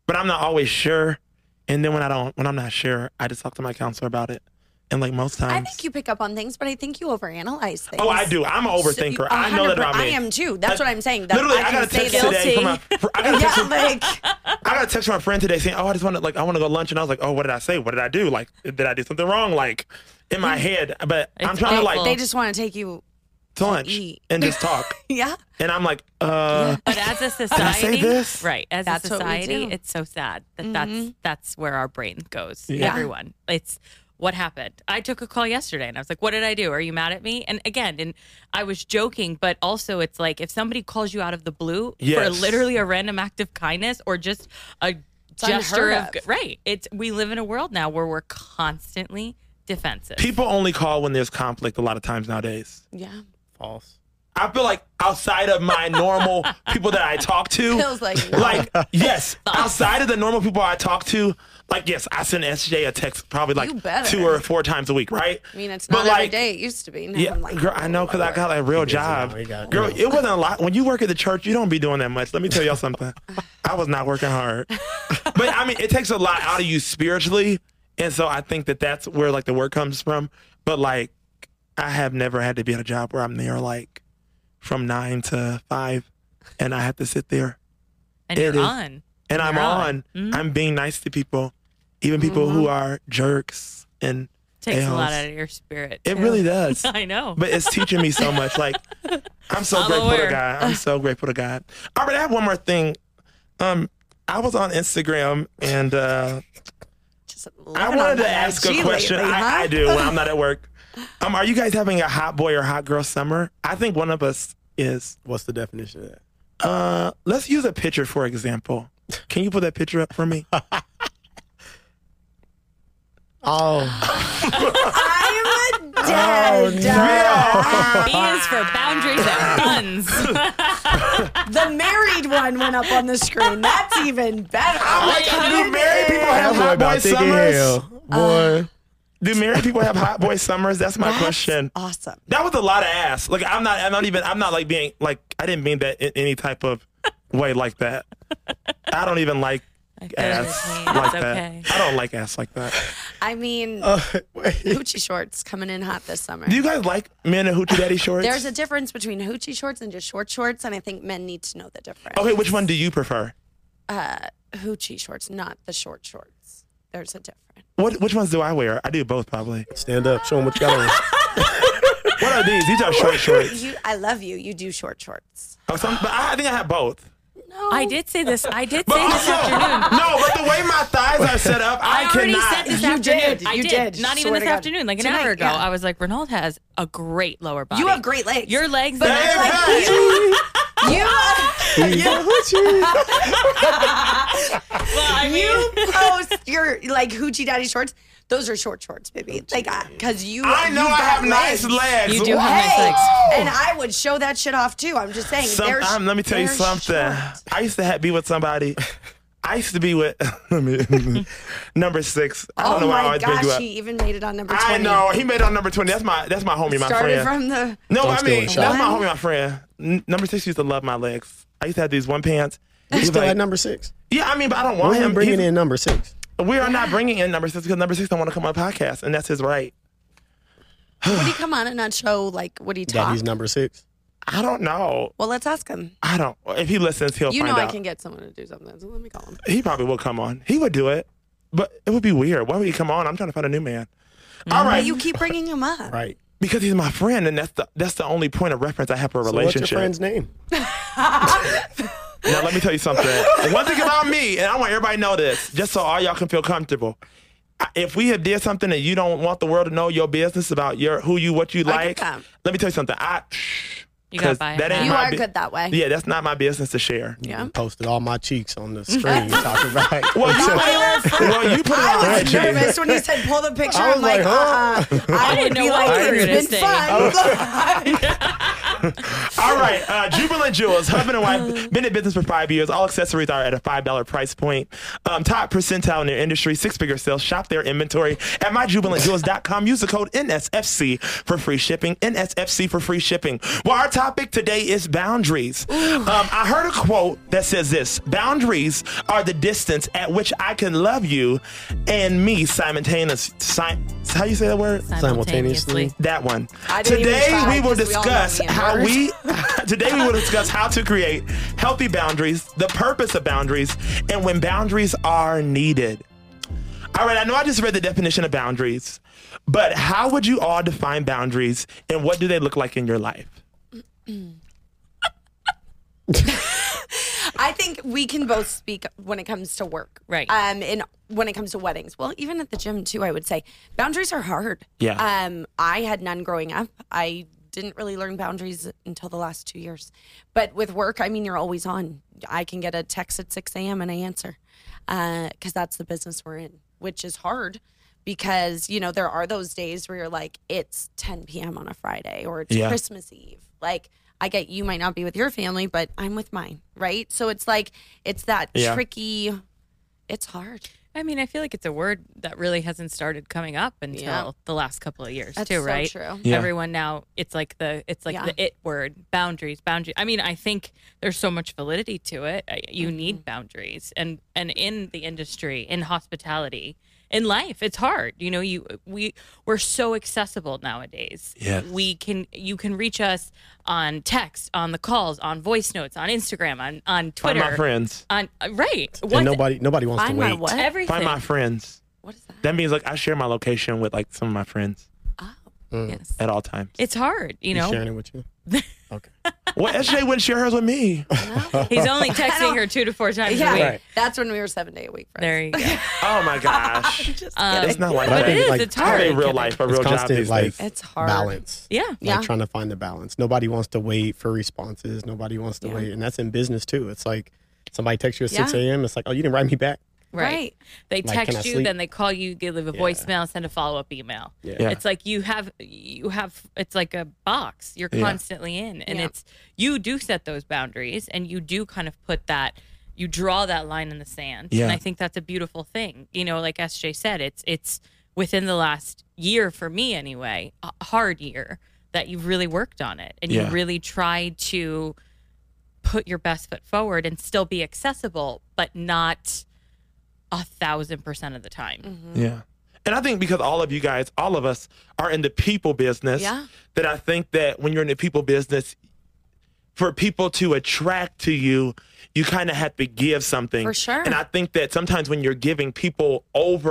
[SPEAKER 1] but I'm not always sure. And then when I don't, when I'm not sure, I just talk to my counselor about it. And like most
[SPEAKER 2] I
[SPEAKER 1] times,
[SPEAKER 2] think you pick up on things, but I think you overanalyze things.
[SPEAKER 1] oh, I do. I'm an overthinker.
[SPEAKER 2] So,
[SPEAKER 1] I know that
[SPEAKER 2] 100%
[SPEAKER 1] about me.
[SPEAKER 2] I am too. That's what I'm saying. That
[SPEAKER 1] Literally, I,
[SPEAKER 2] can
[SPEAKER 1] got a
[SPEAKER 2] say
[SPEAKER 1] text
[SPEAKER 2] that.
[SPEAKER 1] today from my. fr- I got a text
[SPEAKER 2] *laughs* Yeah,
[SPEAKER 1] from, *laughs*
[SPEAKER 2] like
[SPEAKER 1] I got a text from my friend today saying, "Oh, I just want to like I want to go lunch," and I was like, "Oh, what did I say? What did I do? Like, did I do something wrong? Like, in
[SPEAKER 2] Mm.
[SPEAKER 1] my head?" But I'm
[SPEAKER 4] It's
[SPEAKER 1] trying to
[SPEAKER 4] awful.
[SPEAKER 1] like
[SPEAKER 2] they just want to take you. *laughs*
[SPEAKER 1] to lunch
[SPEAKER 2] eat.
[SPEAKER 1] and just
[SPEAKER 2] *laughs*
[SPEAKER 1] talk,
[SPEAKER 2] Yeah.
[SPEAKER 1] and I'm like, "Uh,
[SPEAKER 4] But as
[SPEAKER 1] *laughs*
[SPEAKER 4] a
[SPEAKER 1] I
[SPEAKER 4] society,
[SPEAKER 1] say this?
[SPEAKER 4] right? As
[SPEAKER 2] That's
[SPEAKER 4] a
[SPEAKER 2] what we
[SPEAKER 4] society,
[SPEAKER 2] do. Mm-hmm.
[SPEAKER 4] it's so sad that that's that's where our brain goes.
[SPEAKER 1] Yeah.
[SPEAKER 4] Everyone, it's what happened. I took a call yesterday, and I was like, "What did I do? Are you mad at me?" And again, and I was joking, but also it's like if somebody calls you out of the blue for
[SPEAKER 1] Yes.
[SPEAKER 4] literally a random act of kindness or just a gesture
[SPEAKER 2] unheard
[SPEAKER 4] of
[SPEAKER 2] of.
[SPEAKER 4] g- right. It's we live in a world now where we're constantly defensive.
[SPEAKER 1] people only call when there's conflict. A lot of times nowadays,
[SPEAKER 2] Yeah.
[SPEAKER 3] False.
[SPEAKER 1] I feel like outside of my normal
[SPEAKER 2] *laughs*
[SPEAKER 1] people that I talk to,
[SPEAKER 2] Feels
[SPEAKER 1] *laughs*
[SPEAKER 2] like-
[SPEAKER 1] like
[SPEAKER 2] *laughs*
[SPEAKER 1] yes, outside of the normal people I talk to, like yes, I send SJ a text probably
[SPEAKER 2] You
[SPEAKER 1] like
[SPEAKER 2] better.
[SPEAKER 1] two or four times a week, right?
[SPEAKER 2] I mean, it's
[SPEAKER 1] But,
[SPEAKER 2] not every
[SPEAKER 1] like,
[SPEAKER 2] day. It used to be. Now
[SPEAKER 1] Yeah,
[SPEAKER 2] I'm like, "Oh,
[SPEAKER 1] girl, I know because I got a real job.
[SPEAKER 3] now, you got-
[SPEAKER 1] girl,
[SPEAKER 3] you
[SPEAKER 1] it wasn't a lot. When you work at the church, you don't be doing that much. Let me tell y'all
[SPEAKER 4] *laughs*
[SPEAKER 1] something. I was not working hard, but I mean, it takes a lot out of you spiritually, and so I think that that's where like the work comes from. But like, I have never had to be at a job where I'm there like from nine to five, and I have to sit there
[SPEAKER 4] and
[SPEAKER 1] it
[SPEAKER 4] you're
[SPEAKER 1] is.
[SPEAKER 4] on.
[SPEAKER 1] and I'm
[SPEAKER 4] You're on.
[SPEAKER 1] on. I'm being nice to people, even people who are jerks, and
[SPEAKER 4] Mm-hmm. Takes a lot
[SPEAKER 1] else.
[SPEAKER 4] out of your spirit.
[SPEAKER 1] it
[SPEAKER 4] too.
[SPEAKER 1] really does.
[SPEAKER 4] *laughs* I know.
[SPEAKER 1] but it's teaching me so much. Like, I'm so
[SPEAKER 4] I'm
[SPEAKER 1] grateful
[SPEAKER 4] aware.
[SPEAKER 1] to God. I'm so grateful to God. All right, I have one more thing. Um, I was on Instagram and uh,
[SPEAKER 2] just
[SPEAKER 1] I
[SPEAKER 2] living on
[SPEAKER 1] wanted
[SPEAKER 2] my
[SPEAKER 1] to ask a
[SPEAKER 2] IG
[SPEAKER 1] question.
[SPEAKER 2] lately, huh?
[SPEAKER 1] I, I do when I'm not at work. Um, are you guys having a hot boy or hot girl summer? I think one of us is.
[SPEAKER 3] What's the definition of that?
[SPEAKER 1] Uh, let's use a picture for example. Can you put that picture up for me?
[SPEAKER 2] *sighs*
[SPEAKER 3] Oh,
[SPEAKER 2] I'm a dead.
[SPEAKER 4] B is for boundaries
[SPEAKER 1] *laughs*
[SPEAKER 4] and guns.
[SPEAKER 2] The married one went up on the screen. That's even better.
[SPEAKER 1] I'm like, do married people have
[SPEAKER 3] boy
[SPEAKER 1] hot boy
[SPEAKER 3] about thick as
[SPEAKER 1] summers?
[SPEAKER 3] hell. Boy,
[SPEAKER 1] Do married people have hot boy summers? That's my
[SPEAKER 2] That's
[SPEAKER 1] question.
[SPEAKER 2] Awesome.
[SPEAKER 1] That was a lot of ass. Like I'm not. I'm not even. I'm not like being like. I didn't mean that in any type of way like that. I don't even like ass
[SPEAKER 4] it's me.
[SPEAKER 1] like
[SPEAKER 4] It's
[SPEAKER 1] that.
[SPEAKER 4] okay.
[SPEAKER 1] I don't like ass like that.
[SPEAKER 2] I mean,
[SPEAKER 3] *laughs* wait.
[SPEAKER 2] hoochie shorts coming in hot this summer.
[SPEAKER 1] Do Uh, you guys like men in hoochie daddy shorts?
[SPEAKER 2] There's a difference between hoochie shorts and just short shorts, and I think men need to know the difference.
[SPEAKER 1] okay. Which one do you prefer?
[SPEAKER 2] Hoochie shorts, not the short shorts. There's a difference.
[SPEAKER 1] What which ones do I wear? I do both probably.
[SPEAKER 3] Stand up. Show them what
[SPEAKER 2] *laughs*
[SPEAKER 3] you got on.
[SPEAKER 1] What are these? These are short shorts.
[SPEAKER 2] You, I love you. You do short shorts.
[SPEAKER 1] Oh, some, but I, I think I have both.
[SPEAKER 2] No,
[SPEAKER 4] I did say this. I did
[SPEAKER 1] *laughs* But
[SPEAKER 4] say this
[SPEAKER 1] also,
[SPEAKER 4] afternoon.
[SPEAKER 1] no. But the way my thighs are set up, I,
[SPEAKER 4] I already
[SPEAKER 1] cannot.
[SPEAKER 4] said this
[SPEAKER 2] You
[SPEAKER 4] afternoon.
[SPEAKER 2] did.
[SPEAKER 4] I
[SPEAKER 2] You
[SPEAKER 4] did.
[SPEAKER 2] did.
[SPEAKER 4] Not even
[SPEAKER 2] Swear
[SPEAKER 4] this
[SPEAKER 2] to God.
[SPEAKER 4] afternoon. Like an
[SPEAKER 2] Tonight,
[SPEAKER 4] hour ago,
[SPEAKER 2] yeah.
[SPEAKER 4] I was like, Ronald has a great lower body.
[SPEAKER 2] You have great legs.
[SPEAKER 4] Your legs.
[SPEAKER 1] Hey,
[SPEAKER 4] and I was like,
[SPEAKER 1] Patsy!
[SPEAKER 4] *laughs*
[SPEAKER 2] you. uh,
[SPEAKER 4] well, I mean,
[SPEAKER 2] you post your like hoochie daddy shorts. Those are short shorts, baby. Like, because you.
[SPEAKER 1] I know
[SPEAKER 2] you've
[SPEAKER 1] I
[SPEAKER 2] got
[SPEAKER 1] have nice legs.
[SPEAKER 4] You do have
[SPEAKER 1] Wow.
[SPEAKER 4] nice legs.
[SPEAKER 2] And I would show that shit off too. I'm just saying.
[SPEAKER 1] Some,
[SPEAKER 2] they're sh-
[SPEAKER 1] um, let me tell you
[SPEAKER 2] they're
[SPEAKER 1] something.
[SPEAKER 2] short.
[SPEAKER 1] I used to ha be with somebody. I used to be with *laughs* let me- *laughs* number six. I don't
[SPEAKER 2] Oh
[SPEAKER 1] know why I
[SPEAKER 2] my
[SPEAKER 1] always bring you
[SPEAKER 2] gosh,
[SPEAKER 1] up.
[SPEAKER 2] he even made it on number 20.
[SPEAKER 1] I know he made it on number twenty. That's my that's my homie, my
[SPEAKER 2] Started
[SPEAKER 1] friend.
[SPEAKER 2] from the.
[SPEAKER 1] no,
[SPEAKER 3] Don't
[SPEAKER 1] I
[SPEAKER 3] steal
[SPEAKER 1] mean
[SPEAKER 3] his
[SPEAKER 1] that's
[SPEAKER 3] shot.
[SPEAKER 1] my homie, my friend. N- number six used to love my legs. I used to have these one pants. He's
[SPEAKER 3] Still
[SPEAKER 1] like-
[SPEAKER 3] at number six.
[SPEAKER 1] yeah, I mean, but I don't want
[SPEAKER 3] I am
[SPEAKER 1] him.
[SPEAKER 3] bringing
[SPEAKER 1] He's-
[SPEAKER 3] in number six.
[SPEAKER 1] We are not bringing in number six because number six don't want to come on the podcast, and that's his right.
[SPEAKER 2] Would he come on and not show like what he
[SPEAKER 3] That
[SPEAKER 2] talked?
[SPEAKER 3] he's number six.
[SPEAKER 1] I don't know.
[SPEAKER 2] Well, let's ask him.
[SPEAKER 1] I don't. If he listens, he'll
[SPEAKER 2] You
[SPEAKER 1] find
[SPEAKER 2] know
[SPEAKER 1] out.
[SPEAKER 2] I can get someone to do something, so let me call him.
[SPEAKER 1] He probably will come on. He would do it, but it would be weird. Why would he come on? I'm trying to find a new man. All right,
[SPEAKER 2] Mm-hmm. But you keep bringing him up.
[SPEAKER 3] Right.
[SPEAKER 1] because he's my friend, and that's the that's the only point of reference I have for a
[SPEAKER 3] So what's
[SPEAKER 1] relationship.
[SPEAKER 3] your friend's name?
[SPEAKER 1] Now let me tell you
[SPEAKER 3] *laughs*
[SPEAKER 1] something. One thing about me, and I want everybody to know this, just so all y'all can feel comfortable. I- If we have did something and you don't want the world to know your business about your who you what you like,
[SPEAKER 2] come.
[SPEAKER 1] let me tell you something. I
[SPEAKER 4] You gotta
[SPEAKER 1] 'cause
[SPEAKER 4] buy it
[SPEAKER 1] that
[SPEAKER 4] back.
[SPEAKER 1] ain't
[SPEAKER 2] You
[SPEAKER 1] my
[SPEAKER 2] are
[SPEAKER 1] bu-
[SPEAKER 2] good that way.
[SPEAKER 1] Yeah, that's not my business to share.
[SPEAKER 2] Yeah.
[SPEAKER 3] Posted all my
[SPEAKER 2] *laughs*
[SPEAKER 3] cheeks on the screen. talking *laughs* about.
[SPEAKER 1] Well, you put it on. Well, you put it on.
[SPEAKER 2] I
[SPEAKER 1] her
[SPEAKER 2] was
[SPEAKER 1] cheek.
[SPEAKER 2] nervous when you said pull the picture.
[SPEAKER 3] I was
[SPEAKER 2] I'm like,
[SPEAKER 3] like, huh?
[SPEAKER 2] uh-uh.
[SPEAKER 4] *laughs*
[SPEAKER 2] I,
[SPEAKER 4] didn't
[SPEAKER 2] would
[SPEAKER 4] know
[SPEAKER 2] be
[SPEAKER 4] what you
[SPEAKER 2] like,
[SPEAKER 4] were gonna
[SPEAKER 2] *laughs* it's
[SPEAKER 4] say.
[SPEAKER 2] been
[SPEAKER 4] *laughs*
[SPEAKER 2] fun.
[SPEAKER 1] All right, uh, Jubilant Jewels, husband and wife, been in business for five years. All accessories are at a five dollar price point. Um, top percentile in their industry, six figure sales. Shop their inventory at myjubilantjewels.com. Use the code NSFC for free shipping. NSFC for free shipping. Well, our topic today is boundaries. Um, I heard a quote that says this: Boundaries are the distance at which I can love you and me simultaneous. Si- how you say that word?
[SPEAKER 3] Simultaneously.
[SPEAKER 1] That one.
[SPEAKER 2] I didn't even
[SPEAKER 1] Today
[SPEAKER 2] try,
[SPEAKER 1] we will
[SPEAKER 2] 'cause we all know
[SPEAKER 1] discuss
[SPEAKER 2] me and
[SPEAKER 1] how
[SPEAKER 2] words.
[SPEAKER 1] we
[SPEAKER 2] *laughs*
[SPEAKER 1] *laughs* today we will discuss how to create healthy boundaries, the purpose of boundaries, and when boundaries are needed. All right, I know I just read the definition of boundaries, but how would you all define boundaries and what do they look like in your life?
[SPEAKER 2] I think we can both speak when it comes to work.
[SPEAKER 4] Right.
[SPEAKER 2] Um, and when it comes to weddings. Well, even at the gym too, I would say boundaries are hard.
[SPEAKER 1] Yeah.
[SPEAKER 2] Um, I had none growing up. I didn't really learn boundaries until the last two years. But with work, I mean, you're always on. I can get a text at 6 a.m. and I answer because that's the business we're in, which is hard because, you know, there are those days where you're like, it's 10 p.m. on a Friday or it's
[SPEAKER 1] Yeah.
[SPEAKER 2] Christmas Eve. Like, I get you might not be with your family, but I'm with mine, right? So it's like, it's that
[SPEAKER 1] Yeah.
[SPEAKER 2] tricky, it's hard.
[SPEAKER 4] I mean, I feel like it's a word that really hasn't started coming up until
[SPEAKER 2] Yeah.
[SPEAKER 4] the last couple of years,
[SPEAKER 2] That's
[SPEAKER 4] too,
[SPEAKER 2] so
[SPEAKER 4] right?
[SPEAKER 2] true.
[SPEAKER 1] Yeah.
[SPEAKER 4] Everyone now, it's like the it's like
[SPEAKER 2] Yeah.
[SPEAKER 4] the it word, boundaries, boundaries. I mean, I think there's so much validity to it. I- You
[SPEAKER 2] Mm-hmm.
[SPEAKER 4] need boundaries, and and in the industry, in hospitality, in life, it's hard. You know, you we we're so accessible nowadays.
[SPEAKER 1] Yes.
[SPEAKER 4] we can you can reach us on text, on the calls, on voice notes, on Instagram, on on
[SPEAKER 1] Find
[SPEAKER 4] Twitter,
[SPEAKER 1] my friends.
[SPEAKER 4] on uh, right. What
[SPEAKER 3] And nobody, nobody wants to
[SPEAKER 2] Find my
[SPEAKER 3] wait.
[SPEAKER 2] what?
[SPEAKER 4] everything?
[SPEAKER 1] Find my friends.
[SPEAKER 2] What is that?
[SPEAKER 1] That means like I share my location with like some of my friends
[SPEAKER 4] Yes.
[SPEAKER 1] at all times.
[SPEAKER 4] It's hard, you
[SPEAKER 3] He's
[SPEAKER 4] know.
[SPEAKER 3] sharing
[SPEAKER 2] *laughs*
[SPEAKER 3] it with you. Okay.
[SPEAKER 1] Well, SJ wouldn't share hers with me.
[SPEAKER 3] *laughs*
[SPEAKER 4] He's only texting her two to four times a
[SPEAKER 2] Yeah,
[SPEAKER 4] week.
[SPEAKER 3] Right.
[SPEAKER 2] that's when we were seven day a week. Friends.
[SPEAKER 4] There
[SPEAKER 2] *laughs*
[SPEAKER 4] you go.
[SPEAKER 1] Oh my gosh.
[SPEAKER 4] Um,
[SPEAKER 1] It's not like
[SPEAKER 4] but
[SPEAKER 1] that.
[SPEAKER 4] it is.
[SPEAKER 3] Like,
[SPEAKER 4] it's
[SPEAKER 1] I
[SPEAKER 4] hard.
[SPEAKER 1] mean, real life, a
[SPEAKER 3] It's
[SPEAKER 1] real job
[SPEAKER 3] constant,
[SPEAKER 1] these
[SPEAKER 3] like,
[SPEAKER 1] days.
[SPEAKER 2] It's hard.
[SPEAKER 3] Balance.
[SPEAKER 4] Yeah.
[SPEAKER 2] Yeah.
[SPEAKER 3] Like trying to find the balance. Nobody wants to wait for responses. Nobody wants to wait. And that's in business too. It's like somebody texts you at 6
[SPEAKER 2] Yeah.
[SPEAKER 3] a.m. It's like, oh, you didn't write me back.
[SPEAKER 4] Right.
[SPEAKER 2] Right.
[SPEAKER 4] They
[SPEAKER 3] Like,
[SPEAKER 4] text
[SPEAKER 3] can I
[SPEAKER 4] you,
[SPEAKER 3] sleep?
[SPEAKER 4] then they call you, they leave a voicemail, send a follow up email.
[SPEAKER 3] Yeah.
[SPEAKER 1] Yeah.
[SPEAKER 4] It's like you have you have it's like a box you're
[SPEAKER 1] Yeah.
[SPEAKER 4] constantly in, and
[SPEAKER 2] Yeah.
[SPEAKER 4] it's you do set those boundaries, and you do kind of put that you draw that line in the sand.
[SPEAKER 1] Yeah.
[SPEAKER 4] And I think that's a beautiful thing. You know, like SJ said, it's it's within the last year for me anyway, a hard year that you've really worked on it, and
[SPEAKER 1] Yeah.
[SPEAKER 4] you really tried to put your best foot forward and still be accessible, but not a thousand percent of the time.
[SPEAKER 1] Yeah. And I think because all of you guys, all of us are in the people business,
[SPEAKER 2] Yeah.
[SPEAKER 1] that I think that when you're in the people business, for people to attract to you, you kind of have to give something.
[SPEAKER 2] For sure.
[SPEAKER 1] And I think that sometimes when you're giving, people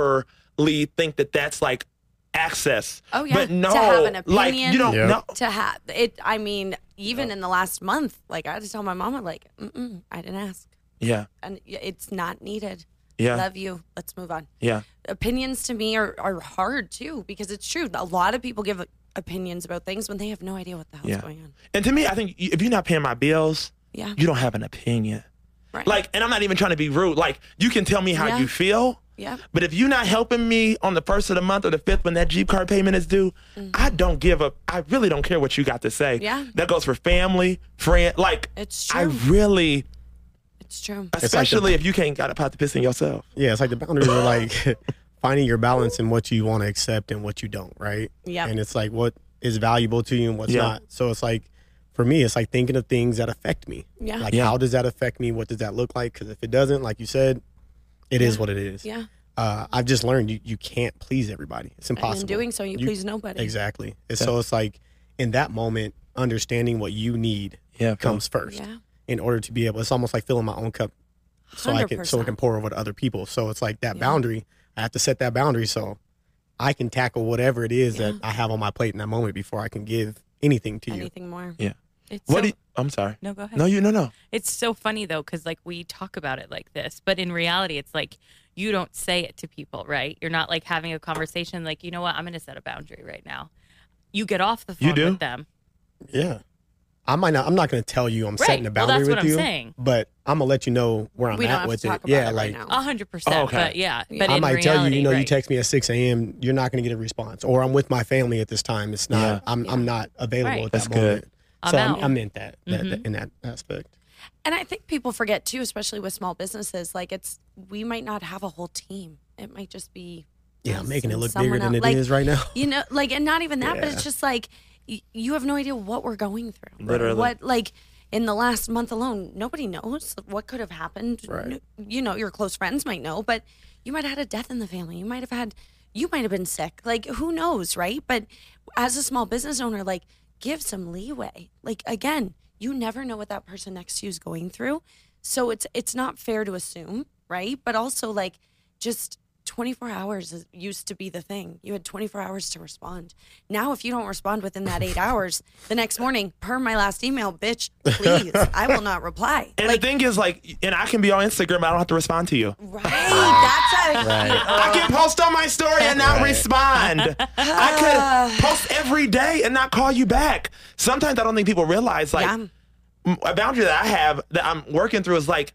[SPEAKER 1] overly think that that's like access.
[SPEAKER 2] Oh, yeah.
[SPEAKER 1] But
[SPEAKER 2] To
[SPEAKER 1] no,
[SPEAKER 2] have an
[SPEAKER 1] like you
[SPEAKER 2] opinion.
[SPEAKER 1] don't
[SPEAKER 3] Yeah.
[SPEAKER 1] know.
[SPEAKER 2] to have it. I mean, even in the last month, like I had to tell my mama, like, Mm-mm, I didn't ask,
[SPEAKER 1] Yeah.
[SPEAKER 2] and y- it's not needed.
[SPEAKER 1] Yeah.
[SPEAKER 2] Love you. Let's move on.
[SPEAKER 1] Yeah.
[SPEAKER 2] Opinions to me are, are hard too because it's true. A lot of people give opinions about things when they have no idea what the hell's
[SPEAKER 1] Yeah.
[SPEAKER 2] going on.
[SPEAKER 1] And to me, I think if you're not paying my bills,
[SPEAKER 2] Yeah.
[SPEAKER 1] you don't have an opinion.
[SPEAKER 2] Right.
[SPEAKER 1] Like, and I'm not even trying to be rude. Like, you can tell me how
[SPEAKER 2] Yeah.
[SPEAKER 1] you feel.
[SPEAKER 2] Yep.
[SPEAKER 1] But if you're not helping me on the first of the month or the fifth when that Jeep card payment is due, I don't give a. I really don't care what you got to say.
[SPEAKER 2] Mm-hmm. Yeah.
[SPEAKER 1] That goes for family, friend. Like,
[SPEAKER 2] It's
[SPEAKER 1] I
[SPEAKER 2] true.
[SPEAKER 1] really,
[SPEAKER 2] It's true.
[SPEAKER 1] especially if you can't got a pot to piss in yourself.
[SPEAKER 3] Yeah, it's like the boundaries are like *laughs* finding your balance in what you want to accept and what you don't, right?
[SPEAKER 2] Yep.
[SPEAKER 3] And it's like what is valuable to you and what's
[SPEAKER 1] Yeah.
[SPEAKER 3] not. So it's like for me, it's like thinking of things that affect me.
[SPEAKER 2] Yeah.
[SPEAKER 3] Like
[SPEAKER 1] Yeah.
[SPEAKER 3] how does that affect me? What does that look like? Because if it doesn't, like you said, it is what it is.
[SPEAKER 2] Yeah.
[SPEAKER 3] Uh, I've just learned you, you can't please everybody. It's impossible.
[SPEAKER 2] And in doing so, you, please nobody.
[SPEAKER 3] Exactly. And so it's like in that moment, understanding what you need
[SPEAKER 1] Yeah,
[SPEAKER 3] comes first
[SPEAKER 2] Yeah.
[SPEAKER 3] in order to be able it's almost like filling my own cup so I can so I can
[SPEAKER 2] 100%.
[SPEAKER 3] pour over to other people. So it's like that boundary. I have to set that boundary so I can tackle whatever it is that I have on my plate in that moment before I can give anything to you.
[SPEAKER 2] anything more.
[SPEAKER 4] It's
[SPEAKER 1] What
[SPEAKER 4] so-
[SPEAKER 1] do you, I'm sorry.
[SPEAKER 4] no, go ahead.
[SPEAKER 1] No, you no no.
[SPEAKER 4] It's so funny though, because like we talk about it like this, but in reality, it's like you don't say it to people, right? You're not like having a conversation, like you know what, I'm going to set a boundary right now. You get off the phone
[SPEAKER 1] You do?
[SPEAKER 4] with them,
[SPEAKER 3] Yeah. I might not I'm not gonna tell you I'm setting
[SPEAKER 4] right?
[SPEAKER 3] a
[SPEAKER 4] well,
[SPEAKER 3] boundary
[SPEAKER 4] that's what
[SPEAKER 3] with
[SPEAKER 4] I'm
[SPEAKER 3] you.
[SPEAKER 4] saying,
[SPEAKER 3] But I'm gonna let you know where I'm
[SPEAKER 2] we
[SPEAKER 3] at
[SPEAKER 2] don't have
[SPEAKER 3] with
[SPEAKER 2] to talk about
[SPEAKER 3] it. yeah,
[SPEAKER 2] it
[SPEAKER 3] like
[SPEAKER 2] right now.
[SPEAKER 4] a hundred percent.
[SPEAKER 1] Okay.
[SPEAKER 4] But yeah,
[SPEAKER 2] Yeah.
[SPEAKER 4] but
[SPEAKER 3] Oh, I
[SPEAKER 4] in
[SPEAKER 3] might
[SPEAKER 4] reality,
[SPEAKER 3] tell you, you know, you
[SPEAKER 4] right.
[SPEAKER 3] text me at 6 a.m. You're not going to get a response, or I'm with my family at this time. It's not.
[SPEAKER 1] Yeah.
[SPEAKER 3] I'm. I'm not available
[SPEAKER 4] Right.
[SPEAKER 3] at
[SPEAKER 1] That's
[SPEAKER 3] that
[SPEAKER 1] good.
[SPEAKER 3] moment.
[SPEAKER 4] I'm
[SPEAKER 3] so
[SPEAKER 4] out.
[SPEAKER 3] I'm, I meant that, that, that in that aspect.
[SPEAKER 2] And I think people forget too, especially with small businesses, like it's we might not have a whole team. It might just be
[SPEAKER 3] Yeah, I'm
[SPEAKER 2] us
[SPEAKER 3] making it
[SPEAKER 2] and
[SPEAKER 3] look
[SPEAKER 2] someone
[SPEAKER 3] bigger than
[SPEAKER 2] else.
[SPEAKER 3] it is
[SPEAKER 2] Like,
[SPEAKER 3] right now.
[SPEAKER 2] You know, like and not even that, but
[SPEAKER 3] Yeah.
[SPEAKER 2] it's just like y- you have no idea what we're going through.
[SPEAKER 1] Literally.
[SPEAKER 2] What like in the last month alone, nobody knows what could have happened. Right. You know, your close friends might know, but you might have had a death in the family. You might have had you might have been sick. Like who knows, right? But as a small business owner, like give some leeway. Like again, you never know what that person next to you is going through. So it's it's not fair to assume, right? But also like just 24 hours is, used to be the thing. You had 24 hours to respond. Now, if you don't respond within that
[SPEAKER 1] *laughs*
[SPEAKER 2] eight hours, the next morning, per my last email, bitch, please, I will not reply.
[SPEAKER 1] *laughs* And
[SPEAKER 2] like,
[SPEAKER 1] the thing is, like, and I can be on Instagram. I don't have to respond to you.
[SPEAKER 2] right? That's a,
[SPEAKER 1] I can
[SPEAKER 2] Uh.
[SPEAKER 1] post on my story and not respond.
[SPEAKER 2] Uh.
[SPEAKER 1] I could post every day and not call you back. Sometimes I don't think people realize, like,
[SPEAKER 2] Yeah.
[SPEAKER 1] m- a boundary that I have that I'm working through is like,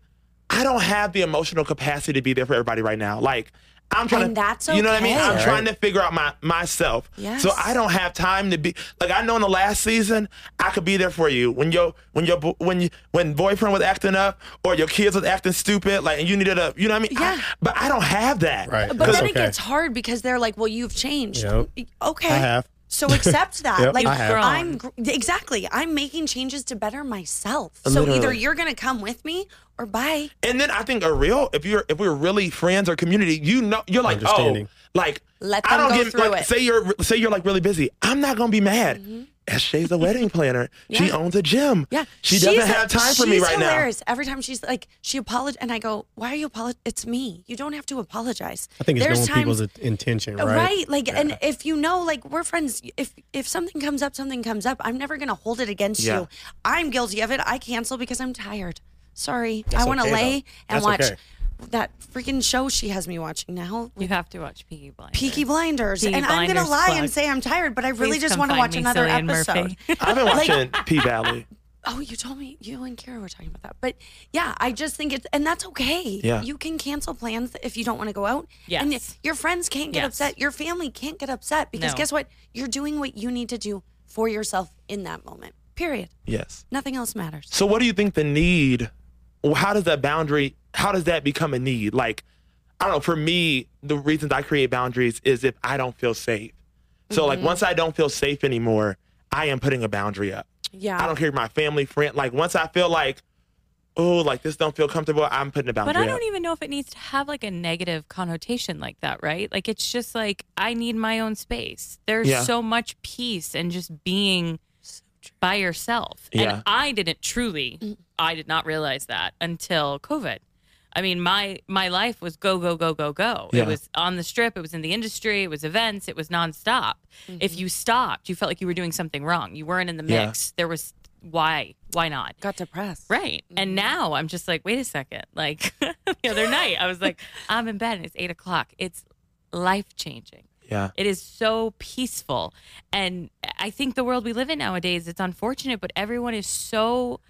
[SPEAKER 1] I don't have the emotional capacity to be there for everybody right now. Like, I'm trying
[SPEAKER 2] And
[SPEAKER 1] to,
[SPEAKER 2] that's
[SPEAKER 1] you know what I mean?
[SPEAKER 2] okay.
[SPEAKER 1] I'm
[SPEAKER 2] Right.
[SPEAKER 1] trying to figure out my myself.
[SPEAKER 2] Yes.
[SPEAKER 1] So I don't have time to be like I know in the last season I could be there for you when your when your bo- when you, when boyfriend was acting up or your kids was acting stupid like and you needed a you know what I mean? I-
[SPEAKER 2] Yeah.
[SPEAKER 1] but I don't have that.
[SPEAKER 3] Right.
[SPEAKER 2] but
[SPEAKER 3] That's
[SPEAKER 2] then it
[SPEAKER 3] okay.
[SPEAKER 2] gets hard because they're like, well, you've changed.
[SPEAKER 3] Yep.
[SPEAKER 2] Okay.
[SPEAKER 3] I have.
[SPEAKER 2] So accept that.
[SPEAKER 3] *laughs* Yep,
[SPEAKER 2] like
[SPEAKER 3] I have.
[SPEAKER 2] I'm gr- exactly. I'm making changes to better myself. So either
[SPEAKER 1] Literally.
[SPEAKER 2] you're gonna come with me or bye.
[SPEAKER 1] And then I think a real if you're if we're really friends or community, you know you're like oh
[SPEAKER 3] Understanding.
[SPEAKER 1] like
[SPEAKER 2] Let
[SPEAKER 1] I
[SPEAKER 2] them
[SPEAKER 1] don't
[SPEAKER 2] go
[SPEAKER 1] give
[SPEAKER 2] through
[SPEAKER 1] like
[SPEAKER 2] it. Mm-hmm.
[SPEAKER 1] say you're say you're like really busy. I'm not gonna be mad. As Shay's a wedding
[SPEAKER 2] *laughs*
[SPEAKER 1] planner, she owns a gym.
[SPEAKER 2] Yeah,
[SPEAKER 1] she
[SPEAKER 2] She's
[SPEAKER 1] doesn't
[SPEAKER 2] a-
[SPEAKER 1] have time for me
[SPEAKER 2] she's
[SPEAKER 1] right
[SPEAKER 2] hilarious. Every time she's like, she apologized, and I go, "Why are you apologizing? It's me. You don't have to apologize."
[SPEAKER 3] I think it's
[SPEAKER 2] There's
[SPEAKER 3] knowing
[SPEAKER 2] times- Uh,
[SPEAKER 3] people's intention, right?
[SPEAKER 2] Like, and if you know, like, we're friends. If if something comes up, something comes up. I'm never gonna hold it against
[SPEAKER 1] Yeah.
[SPEAKER 2] you. I'm guilty of it. I cancel because I'm tired. Sorry, I want to
[SPEAKER 3] okay,
[SPEAKER 2] lay
[SPEAKER 3] though.
[SPEAKER 2] and
[SPEAKER 3] That's
[SPEAKER 2] watch
[SPEAKER 3] okay.
[SPEAKER 2] that freaking show she has me watching now.
[SPEAKER 4] you have to watch Peaky Blinders.
[SPEAKER 2] Peaky Blinders,
[SPEAKER 4] Peaky
[SPEAKER 2] and I'm gonna
[SPEAKER 4] Blinders
[SPEAKER 2] lie
[SPEAKER 4] plug.
[SPEAKER 2] and say I'm tired, but I really
[SPEAKER 4] Please
[SPEAKER 2] just
[SPEAKER 4] come
[SPEAKER 2] want to
[SPEAKER 4] find
[SPEAKER 2] watch
[SPEAKER 4] me,
[SPEAKER 2] another
[SPEAKER 4] Cillian
[SPEAKER 2] episode.
[SPEAKER 4] Murphy.
[SPEAKER 2] *laughs*
[SPEAKER 1] now. I've been watching P Valley.
[SPEAKER 2] Oh, you told me you and Kara were talking about that. But yeah, I just think it's and that's okay.
[SPEAKER 1] Yeah.
[SPEAKER 2] You can cancel plans if you don't want to go out. And
[SPEAKER 4] Yes.
[SPEAKER 2] your friends can't get
[SPEAKER 4] Yes.
[SPEAKER 2] upset. Your family can't get upset because
[SPEAKER 4] No.
[SPEAKER 2] guess what? You're doing what you need to do for yourself in that moment. Period.
[SPEAKER 1] Yes.
[SPEAKER 2] Nothing else matters.
[SPEAKER 1] So what do you think the need? How does that boundary? How does that become a need? Like, I don't know. For me, the reasons I create boundaries is if I don't feel safe. So
[SPEAKER 2] Mm-hmm.
[SPEAKER 1] like once I don't feel safe anymore, I am putting a boundary up.
[SPEAKER 2] Yeah.
[SPEAKER 1] I don't care my family, friend. Like once I feel like, oh, like this don't feel comfortable, I'm putting a boundary.
[SPEAKER 4] But I don't
[SPEAKER 1] up.
[SPEAKER 4] even know if it needs to have like a negative connotation like that, right? Like it's just like I need my own space. There's
[SPEAKER 1] Yeah.
[SPEAKER 4] so much peace and just being by yourself.
[SPEAKER 1] Yeah.
[SPEAKER 4] And I didn't truly I did not realize that until COVID. I mean, my my life was go go go go go.
[SPEAKER 1] Yeah.
[SPEAKER 4] It was on the strip, it was in the industry, it was events, it was nonstop. If you stopped, you felt like you were doing something wrong. You weren't in the
[SPEAKER 1] Yeah.
[SPEAKER 4] mix. There was why why not?
[SPEAKER 2] Got depressed.
[SPEAKER 4] Right. And now I'm just like, wait a second. Like *laughs* the other night, I was like, I'm in bed and it's eight o'clock. It's life changing.
[SPEAKER 1] Yeah.
[SPEAKER 4] It is so peaceful. And I think the world we live in nowadays, it's unfortunate, but everyone is so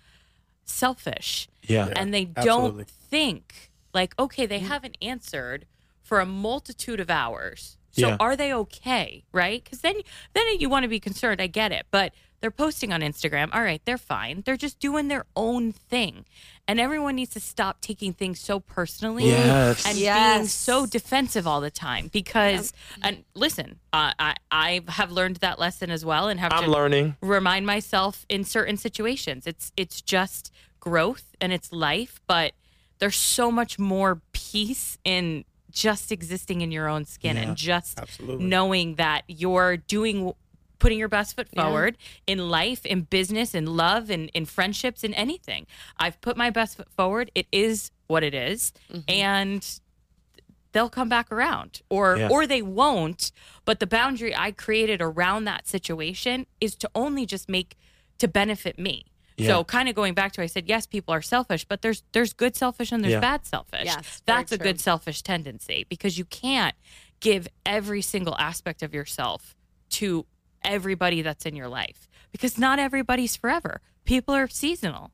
[SPEAKER 4] selfish
[SPEAKER 1] Yeah. Mm.
[SPEAKER 4] and they
[SPEAKER 3] absolutely.
[SPEAKER 4] don't think like, okay, they haven't answered for a multitude of hours. So
[SPEAKER 1] Yeah.
[SPEAKER 4] are they okay? Right? Because then, then you want to be concerned. I get it, but they're posting on Instagram. All right, they're fine. They're just doing their own thing, and everyone needs to stop taking things so personally
[SPEAKER 1] Yes.
[SPEAKER 4] and being
[SPEAKER 2] Yes.
[SPEAKER 4] so defensive all the time. Because and listen, uh, I I have learned that lesson as well, and have
[SPEAKER 1] I'm
[SPEAKER 4] to
[SPEAKER 1] learning.
[SPEAKER 4] remind myself in certain situations. It's it's just growth and it's life, but there's so much more peace in just existing in your own skin and just
[SPEAKER 3] absolutely.
[SPEAKER 4] knowing that you're doing putting your best foot forward in life, in business, in love, in, in friendships, in anything. I've put my best foot forward. It is what it is,
[SPEAKER 1] Mm-hmm.
[SPEAKER 4] And they'll come back around or
[SPEAKER 1] Yeah.
[SPEAKER 4] or they won't but the boundary i created around that situation is to only just make to benefit me
[SPEAKER 1] Yeah.
[SPEAKER 4] so kind of going back to i said yes people are selfish but there's there's good selfish and there's
[SPEAKER 1] Yeah.
[SPEAKER 4] bad selfish
[SPEAKER 2] Yes, very
[SPEAKER 4] that's a
[SPEAKER 2] true.
[SPEAKER 4] good selfish tendency because you can't give every single aspect of yourself to everybody that's in your life because not everybody's forever people are seasonal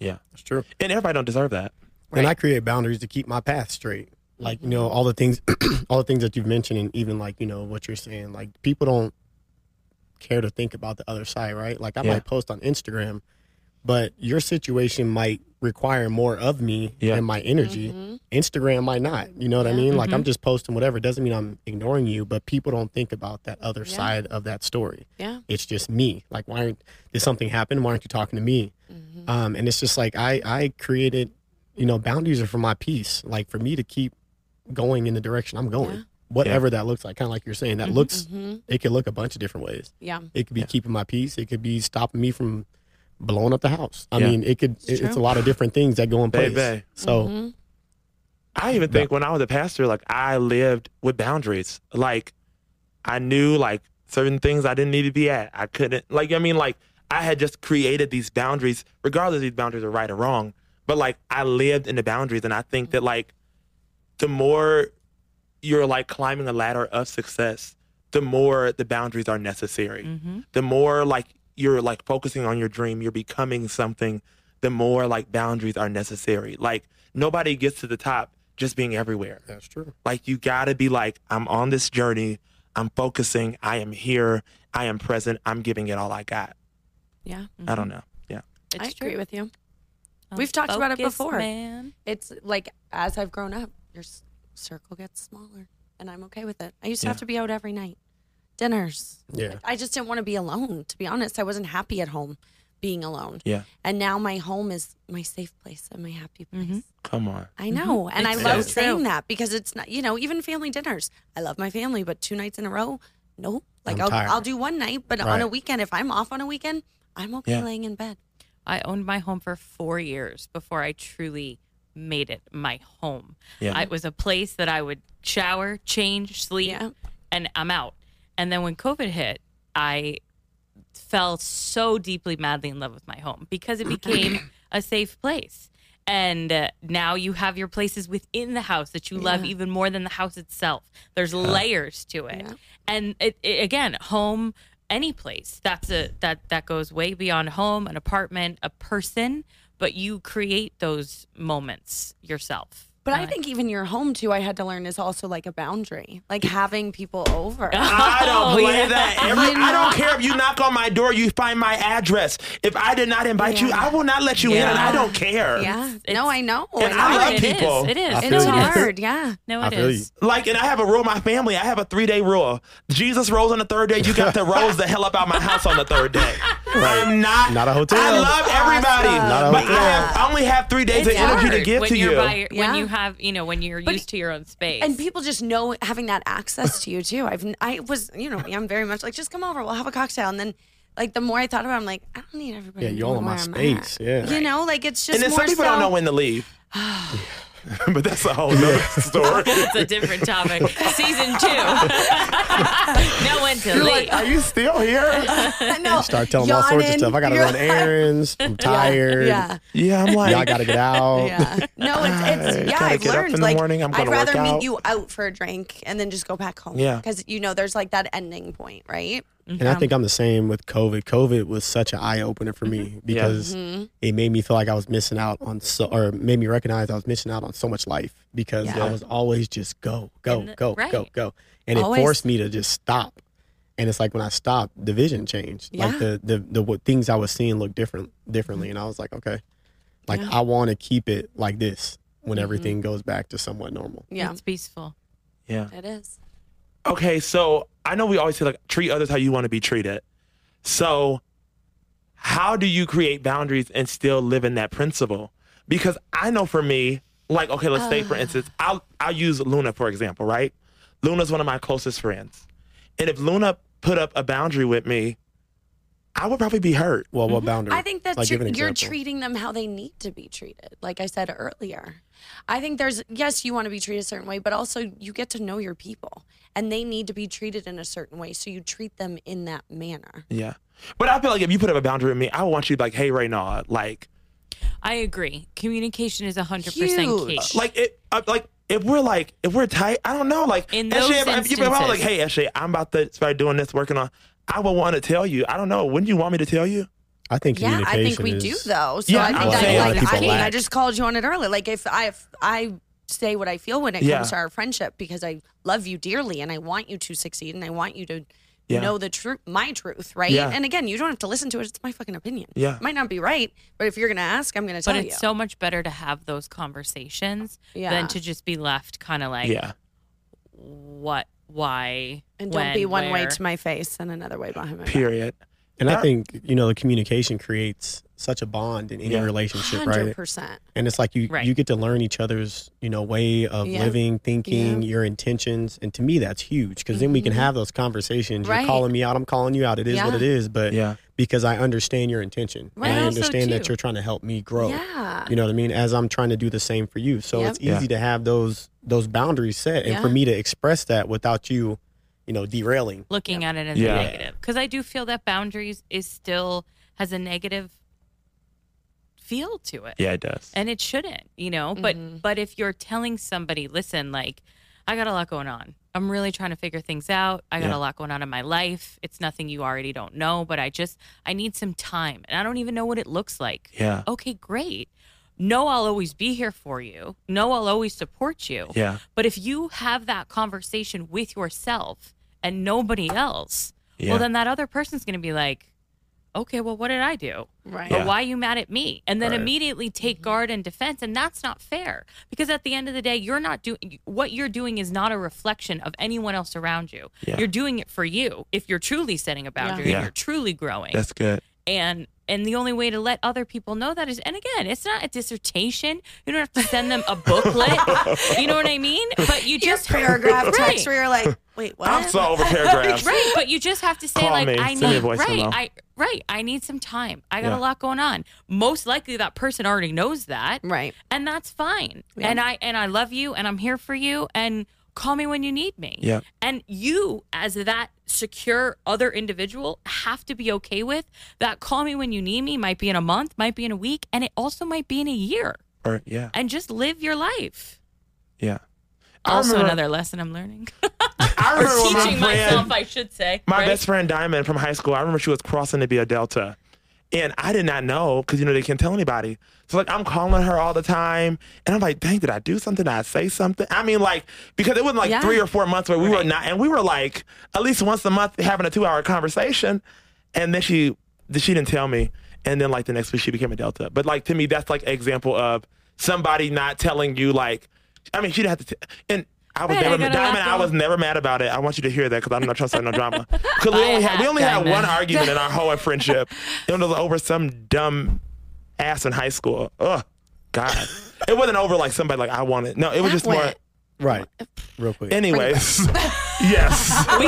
[SPEAKER 1] Yeah.
[SPEAKER 3] That's true.
[SPEAKER 1] And everybody don't deserve that.
[SPEAKER 3] And I create boundaries to keep my path straight. Like you
[SPEAKER 2] Mm-hmm.
[SPEAKER 3] know, all the things, *clears throat* all the things that you've mentioned, and even like you know what you're saying. Like people don't care to think about the other side, right? Like I
[SPEAKER 1] Yeah.
[SPEAKER 3] might post on Instagram, but your situation might require more of me
[SPEAKER 1] Yeah.
[SPEAKER 3] and my energy.
[SPEAKER 2] Mm-hmm.
[SPEAKER 3] Instagram might not. You know what I mean? Like I'm just posting whatever. Doesn't mean I'm ignoring you, but people don't think about that other side of that story.
[SPEAKER 2] Yeah.
[SPEAKER 3] It's just me. Like why aren't did something happen? Why aren't you talking to me?
[SPEAKER 2] Mm-hmm.
[SPEAKER 3] Um, and it's just like I I created, you know, boundaries are for my peace. Like for me to keep going in the direction I'm going. Whatever that looks like, kind of like you're saying, that
[SPEAKER 2] Mm-hmm.
[SPEAKER 3] looks, it could look a bunch of different ways.
[SPEAKER 2] Yeah.
[SPEAKER 3] It could be keeping my peace. It could be stopping me from blowing up the house. I
[SPEAKER 1] Yeah.
[SPEAKER 3] mean, it could, it- it's, a lot of different things that go in
[SPEAKER 1] Bae,
[SPEAKER 3] place.
[SPEAKER 1] bae.
[SPEAKER 3] So,
[SPEAKER 2] Mm-hmm.
[SPEAKER 1] I even think when I was a pastor, like I lived with boundaries. Like I knew like certain things I didn't need to be at. I couldn't like I mean like I had just created these boundaries, regardless if these boundaries are right or wrong. But like I lived in the boundaries and I think that like the more you're like climbing a ladder of success, the more the boundaries are necessary.
[SPEAKER 2] Mm-hmm.
[SPEAKER 1] The more like you're like focusing on your dream, you're becoming something, the more like boundaries are necessary. Like nobody gets to the top just being everywhere.
[SPEAKER 3] that's true.
[SPEAKER 1] Like you gotta be like, I'm on this journey, I'm focusing, I am here, I am present, I'm giving it all I got.
[SPEAKER 2] Yeah.
[SPEAKER 1] I don't know. Yeah.
[SPEAKER 2] I
[SPEAKER 4] It's
[SPEAKER 2] agree
[SPEAKER 4] true.
[SPEAKER 2] with you. We've talked about it
[SPEAKER 4] Focus,
[SPEAKER 2] before.
[SPEAKER 4] man.
[SPEAKER 2] It's like as I've grown up, your s- circle gets smaller, and I'm okay with it. I used to have to be out every night, dinners.
[SPEAKER 3] Yeah.
[SPEAKER 2] I just didn't want to be alone. To be honest, I wasn't happy at home being alone.
[SPEAKER 1] Yeah.
[SPEAKER 2] And now my home is my safe place and my happy place.
[SPEAKER 1] Come on.
[SPEAKER 2] I know. And I
[SPEAKER 4] It's
[SPEAKER 2] love
[SPEAKER 4] so true.
[SPEAKER 2] saying that because it's not, you know, even family dinners. I love my family, but two nights in a row, no. Like
[SPEAKER 3] I'm
[SPEAKER 2] I'll,
[SPEAKER 3] tired.
[SPEAKER 2] I'll do one night, but on
[SPEAKER 3] Right.
[SPEAKER 2] a weekend, if I'm off on a weekend, I'm okay
[SPEAKER 1] Yeah.
[SPEAKER 2] laying in bed.
[SPEAKER 4] I owned my home for four years before I truly made it my home.
[SPEAKER 1] Yeah.
[SPEAKER 4] I- it was a place that I would shower, change, sleep,
[SPEAKER 2] Yeah.
[SPEAKER 4] and I'm out. And then when COVID hit, I fell so deeply, madly in love with my home because
[SPEAKER 1] *clears throat*
[SPEAKER 4] it became a safe place. And uh, now you have your places within the house that you love even more than the house itself. There's layers to it, and it, it, again, home, any place. That's a that that goes way beyond home, an apartment, a person. But you create those moments yourself.
[SPEAKER 2] But I think even your home too, I had to learn is also like a boundary, like having people over.
[SPEAKER 1] I don't
[SPEAKER 4] Oh,
[SPEAKER 1] play
[SPEAKER 4] yeah.
[SPEAKER 1] that. Every, I don't care if you knock on my door, you find my address. If I did not invite you, I will not let you in, and I don't care.
[SPEAKER 2] yeah.
[SPEAKER 4] it's-
[SPEAKER 2] no, I know.
[SPEAKER 1] And
[SPEAKER 2] I
[SPEAKER 1] I
[SPEAKER 2] know.
[SPEAKER 1] love
[SPEAKER 4] It is.
[SPEAKER 1] people.
[SPEAKER 4] It is.
[SPEAKER 3] I
[SPEAKER 4] It
[SPEAKER 3] feel
[SPEAKER 2] It's
[SPEAKER 4] is.
[SPEAKER 3] you.
[SPEAKER 2] hard. Yeah.
[SPEAKER 4] No,
[SPEAKER 3] I
[SPEAKER 4] it
[SPEAKER 3] feel
[SPEAKER 4] is.
[SPEAKER 1] Like, and I have a rule, my family, I have a three day rule. Jesus rose on the third day, you got to rose the hell up out my house on the third day. I'm not.
[SPEAKER 3] Not a hotel.
[SPEAKER 1] I love everybody,
[SPEAKER 2] Awesome.
[SPEAKER 3] Not a
[SPEAKER 1] but I,
[SPEAKER 3] hotel.
[SPEAKER 1] have, I only have three days
[SPEAKER 4] It's
[SPEAKER 1] of energy to
[SPEAKER 4] hard
[SPEAKER 1] give
[SPEAKER 4] when
[SPEAKER 1] to
[SPEAKER 4] you're
[SPEAKER 1] you.
[SPEAKER 4] by your-
[SPEAKER 2] Yeah.
[SPEAKER 4] When you have, you know, when you're used to your own space.
[SPEAKER 2] And people just know having that access to you too. I've I was you know I'm very much like just come over, we'll have a cocktail, and then like the more I thought about, it, I'm like I don't need everybody.
[SPEAKER 3] Yeah,
[SPEAKER 2] to
[SPEAKER 3] you all
[SPEAKER 2] know
[SPEAKER 3] in my
[SPEAKER 2] where I'm
[SPEAKER 3] space.
[SPEAKER 2] at.
[SPEAKER 3] Yeah.
[SPEAKER 2] You know, like it's just
[SPEAKER 1] and then
[SPEAKER 2] more
[SPEAKER 1] some people
[SPEAKER 2] so,
[SPEAKER 1] don't know when to
[SPEAKER 4] *sighs*
[SPEAKER 1] leave. *laughs* but that's a whole
[SPEAKER 3] *laughs*
[SPEAKER 1] nother story.
[SPEAKER 4] it's a different
[SPEAKER 2] *laughs*
[SPEAKER 4] topic. Season two. no one to
[SPEAKER 2] *laughs*
[SPEAKER 4] leave.
[SPEAKER 2] uh,
[SPEAKER 1] Are you still here?
[SPEAKER 2] no,
[SPEAKER 3] Start telling them all sorts of
[SPEAKER 2] yawning.
[SPEAKER 3] stuff. I got to
[SPEAKER 2] You're-
[SPEAKER 3] run errands. I'm tired.
[SPEAKER 2] *laughs* Yeah.
[SPEAKER 1] Yeah, I'm like,
[SPEAKER 3] Y'all got to get
[SPEAKER 2] *laughs*
[SPEAKER 3] out.
[SPEAKER 2] Yeah. No, it's,
[SPEAKER 1] I
[SPEAKER 2] it's yeah.
[SPEAKER 1] gotta
[SPEAKER 2] I've
[SPEAKER 1] get up
[SPEAKER 2] learned
[SPEAKER 1] in the
[SPEAKER 2] like
[SPEAKER 1] morning, I'm
[SPEAKER 2] I'd
[SPEAKER 1] gonna work
[SPEAKER 2] rather
[SPEAKER 1] out.
[SPEAKER 2] meet you out for a drink and then just go back home.
[SPEAKER 1] Yeah.
[SPEAKER 2] because you know there's like that ending point, right?
[SPEAKER 1] Mm-hmm.
[SPEAKER 3] And I think I'm the same with COVID. COVID was such an eye opener for
[SPEAKER 2] Mm-hmm.
[SPEAKER 3] me because it made me feel like I was missing out on so, or made me recognize I was missing out on so much life because I was always just go, go,
[SPEAKER 4] And the-
[SPEAKER 3] go, go,
[SPEAKER 4] right.
[SPEAKER 3] go, and it
[SPEAKER 2] Always.
[SPEAKER 3] forced me to just stop. And it's like when I stopped, the vision changed. Like
[SPEAKER 2] Yeah.
[SPEAKER 3] the the the what things I was seeing looked different differently, and I was like, okay, like I want to keep it like this
[SPEAKER 2] Mm-hmm.
[SPEAKER 3] when everything goes back to somewhat normal.
[SPEAKER 2] Yeah,
[SPEAKER 4] It's peaceful.
[SPEAKER 1] yeah.
[SPEAKER 2] it is.
[SPEAKER 1] Okay, so I know we always say like treat others how you want to be treated. So how do you create boundaries and still live in that principle? Because I know for me, like okay, let's say for instance, I'll I'll use Luna for example, right? Luna's one of my closest friends. And if Luna put up a boundary with me, I would probably be hurt.
[SPEAKER 3] Well, what boundary?
[SPEAKER 2] Mm-hmm. I think that's
[SPEAKER 3] like, give an
[SPEAKER 2] you're
[SPEAKER 3] example.
[SPEAKER 2] treating them how they need to be treated. Like I said earlier, I think there's yes, you want to be treated a certain way, but also you get to know your people, and they need to be treated in a certain way. So you treat them in that manner.
[SPEAKER 1] Yeah. But I feel like if you put up a boundary with me, I would want you to be like, hey, Raynaud, like,
[SPEAKER 4] I agree. Communication is 100% key.
[SPEAKER 2] Huge.
[SPEAKER 1] like it, uh, like if we're like if we're tight, I don't know. Like
[SPEAKER 4] In
[SPEAKER 1] Eshe,
[SPEAKER 4] those
[SPEAKER 1] if, if, if I was like,
[SPEAKER 4] instances.
[SPEAKER 1] hey, Eshe, I'm about to start doing this, working on, I would want to tell you. I don't know. Wouldn't you want me to tell you?
[SPEAKER 3] I think
[SPEAKER 2] Yeah, I think we do
[SPEAKER 3] communication is-
[SPEAKER 2] though. So
[SPEAKER 1] Yeah,
[SPEAKER 2] I
[SPEAKER 1] I'm
[SPEAKER 2] think
[SPEAKER 1] saying a
[SPEAKER 2] I,
[SPEAKER 1] lot of
[SPEAKER 2] like, I
[SPEAKER 1] people
[SPEAKER 2] mean, I
[SPEAKER 1] lack.
[SPEAKER 2] just called you on it earlier. Like if I if I say what I feel when it
[SPEAKER 1] Yeah.
[SPEAKER 2] comes to our friendship because I love you dearly and I want you to succeed and I want you to.
[SPEAKER 1] Yeah.
[SPEAKER 2] Know the truth, my truth, right?
[SPEAKER 1] Yeah.
[SPEAKER 2] And again, you don't have to listen to it. It's my fucking opinion.
[SPEAKER 1] Yeah.
[SPEAKER 2] It might not be right, but if you're gonna ask, I'm gonna tell
[SPEAKER 4] But it's
[SPEAKER 2] you.
[SPEAKER 4] so much better to have those conversations
[SPEAKER 2] Yeah.
[SPEAKER 4] than to just be left kind of like,
[SPEAKER 1] Yeah.
[SPEAKER 4] what, why,
[SPEAKER 2] And don't be one way
[SPEAKER 4] where.
[SPEAKER 2] to my face and another way behind my back.
[SPEAKER 1] Period.
[SPEAKER 3] And I
[SPEAKER 1] That-
[SPEAKER 3] think you know the communication creates such a bond in any
[SPEAKER 1] Yeah.
[SPEAKER 3] relationship,
[SPEAKER 2] Hundred
[SPEAKER 3] right?
[SPEAKER 2] percent.
[SPEAKER 3] And it's like you
[SPEAKER 4] Right.
[SPEAKER 3] you get to learn each other's you know way of
[SPEAKER 2] Yeah. Mm-hmm.
[SPEAKER 3] living, thinking, your intentions, and to me that's huge because then we can have those conversations.
[SPEAKER 2] Right.
[SPEAKER 3] You're calling me out, I'm calling you out. It is what
[SPEAKER 2] Yeah.
[SPEAKER 3] it is, but
[SPEAKER 1] Yeah.
[SPEAKER 3] because I understand your intention,
[SPEAKER 2] Right.
[SPEAKER 3] and I
[SPEAKER 2] Also,
[SPEAKER 3] understand that
[SPEAKER 2] too.
[SPEAKER 3] you're trying to help me
[SPEAKER 1] Oh.
[SPEAKER 3] grow.
[SPEAKER 2] Yeah.
[SPEAKER 3] You know what I mean? As I'm trying to do the same for you. So
[SPEAKER 2] Yep.
[SPEAKER 3] it's easy to have those those boundaries set and for
[SPEAKER 2] Yeah.
[SPEAKER 3] me to express that without you, you know, derailing.
[SPEAKER 4] looking at it as
[SPEAKER 1] Yeah.
[SPEAKER 4] a negative because I do feel that boundaries is still has a negative feel to it,
[SPEAKER 1] Yeah, it does.
[SPEAKER 4] and it shouldn't, you know. But
[SPEAKER 1] Mm-hmm.
[SPEAKER 4] but if you're telling somebody, listen, like I got a lot going on. I'm really trying to figure things out. I got
[SPEAKER 1] Yeah.
[SPEAKER 4] a lot going on in my life. It's nothing you already don't know, but I just I need some time, and I don't even know what it looks like.
[SPEAKER 1] Yeah.
[SPEAKER 4] Okay, great. No, I'll always be here for you. No, I'll always support you.
[SPEAKER 1] Yeah.
[SPEAKER 4] But if you have that conversation with yourself and nobody else,
[SPEAKER 1] Yeah.
[SPEAKER 4] well, then that other person's going to be like, okay, well, what did I do?
[SPEAKER 2] Right.
[SPEAKER 1] Yeah.
[SPEAKER 4] Or why are you mad at me? And then
[SPEAKER 1] Right.
[SPEAKER 4] immediately take guard and defense. And that's not fair because at the end of the day, you're not doing what you're doing is not a reflection of anyone else around you.
[SPEAKER 1] Yeah.
[SPEAKER 4] You're doing it for you if you're truly setting a boundary
[SPEAKER 1] Yeah.
[SPEAKER 4] and you're truly growing
[SPEAKER 1] That's good.
[SPEAKER 4] and and the only way to let other people know that is and again it's not a dissertation you don't have to send them a booklet
[SPEAKER 1] *laughs*
[SPEAKER 4] you know what i mean but
[SPEAKER 2] Your
[SPEAKER 4] you just
[SPEAKER 2] paragraph
[SPEAKER 4] *laughs* right.
[SPEAKER 2] text where you're like, wait, what?
[SPEAKER 1] I'm *laughs* so over paragraphs.
[SPEAKER 4] right but you just have to say
[SPEAKER 1] Call
[SPEAKER 4] like
[SPEAKER 1] me.
[SPEAKER 4] i
[SPEAKER 1] Send me a
[SPEAKER 4] need
[SPEAKER 1] voice
[SPEAKER 4] right
[SPEAKER 1] memo.
[SPEAKER 4] i right i need some time i got
[SPEAKER 1] Yeah.
[SPEAKER 4] a lot going on most likely that person already knows that
[SPEAKER 2] Right.
[SPEAKER 4] and that's fine and i and i love you and i'm here for you and call me when you need me
[SPEAKER 1] Yeah.
[SPEAKER 4] and you as that secure other individual have to be okay with that call me when you need me might be in a month might be in a week and it also might be in a year
[SPEAKER 1] Or, yeah.
[SPEAKER 4] and just live your life
[SPEAKER 1] Yeah. I
[SPEAKER 4] also
[SPEAKER 1] remember-
[SPEAKER 4] another lesson i'm learning
[SPEAKER 1] I
[SPEAKER 4] or
[SPEAKER 1] remember when
[SPEAKER 4] *laughs* teaching
[SPEAKER 1] my friend,
[SPEAKER 4] myself i should say
[SPEAKER 1] my
[SPEAKER 4] right?
[SPEAKER 1] best friend Diamond from high school, I remember she was crossing to be a Delta. And I did not know because, you know, they can't tell anybody. So, like, I'm calling her all the time. And I'm like, dang, did I do something? Did I say something? I mean, like, because it was like
[SPEAKER 2] Yeah.
[SPEAKER 1] three or four months where we were not, and we were like, at least once a month having a two hour conversation. And then she, she didn't tell me. And then, like, the next week she became a Delta. But, like, to me, that's like an example of somebody not telling you, like, I mean, she didn't have to, t- and I was
[SPEAKER 4] Right, I
[SPEAKER 1] never,
[SPEAKER 4] got a lot
[SPEAKER 1] Diamond, I
[SPEAKER 4] going
[SPEAKER 1] was never mad about it. I want you to hear that because I'm not trying to start no drama. Because we
[SPEAKER 4] Buy a
[SPEAKER 1] only had we
[SPEAKER 4] hat,
[SPEAKER 1] only had one
[SPEAKER 4] Diamond.
[SPEAKER 1] argument in our whole friendship. It was over some dumb ass in high school. Ugh, God, it wasn't over like somebody like I wanted. No, it was
[SPEAKER 2] That
[SPEAKER 1] just more.
[SPEAKER 2] went-
[SPEAKER 3] Right. Real quick.
[SPEAKER 1] Anyways, *laughs* yes,
[SPEAKER 3] *laughs*
[SPEAKER 4] we,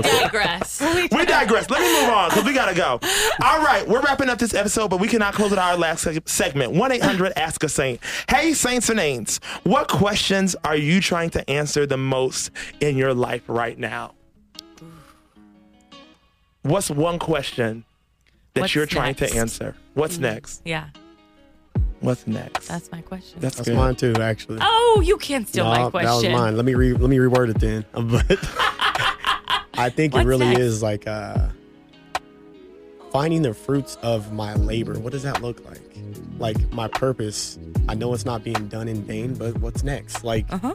[SPEAKER 2] *laughs*
[SPEAKER 4] digress
[SPEAKER 1] we digress. Let me move on because we gotta go. All right, we're wrapping up this episode, but we cannot close it out our last seg- segment. One eight hundred Ask a Saint. Hey, saints and ain'ts, what questions are you trying to answer the most in your life right now? What's one question that
[SPEAKER 4] What's
[SPEAKER 1] you're trying
[SPEAKER 4] next?
[SPEAKER 1] to answer? What's next?
[SPEAKER 4] yeah
[SPEAKER 1] What's next?
[SPEAKER 4] that's my question
[SPEAKER 1] That's
[SPEAKER 3] That's
[SPEAKER 1] good.
[SPEAKER 3] mine too, actually.
[SPEAKER 4] oh you can't steal
[SPEAKER 3] No,
[SPEAKER 4] my
[SPEAKER 3] That was
[SPEAKER 4] question
[SPEAKER 3] mine. Let me re- let me reword it then. *laughs* But I think it
[SPEAKER 4] What's
[SPEAKER 3] really
[SPEAKER 4] next?
[SPEAKER 3] is like uh, finding the fruits of my labor. What does that look like? Like my purpose. I know it's not being done in vain, but what's next? Like
[SPEAKER 2] Uh,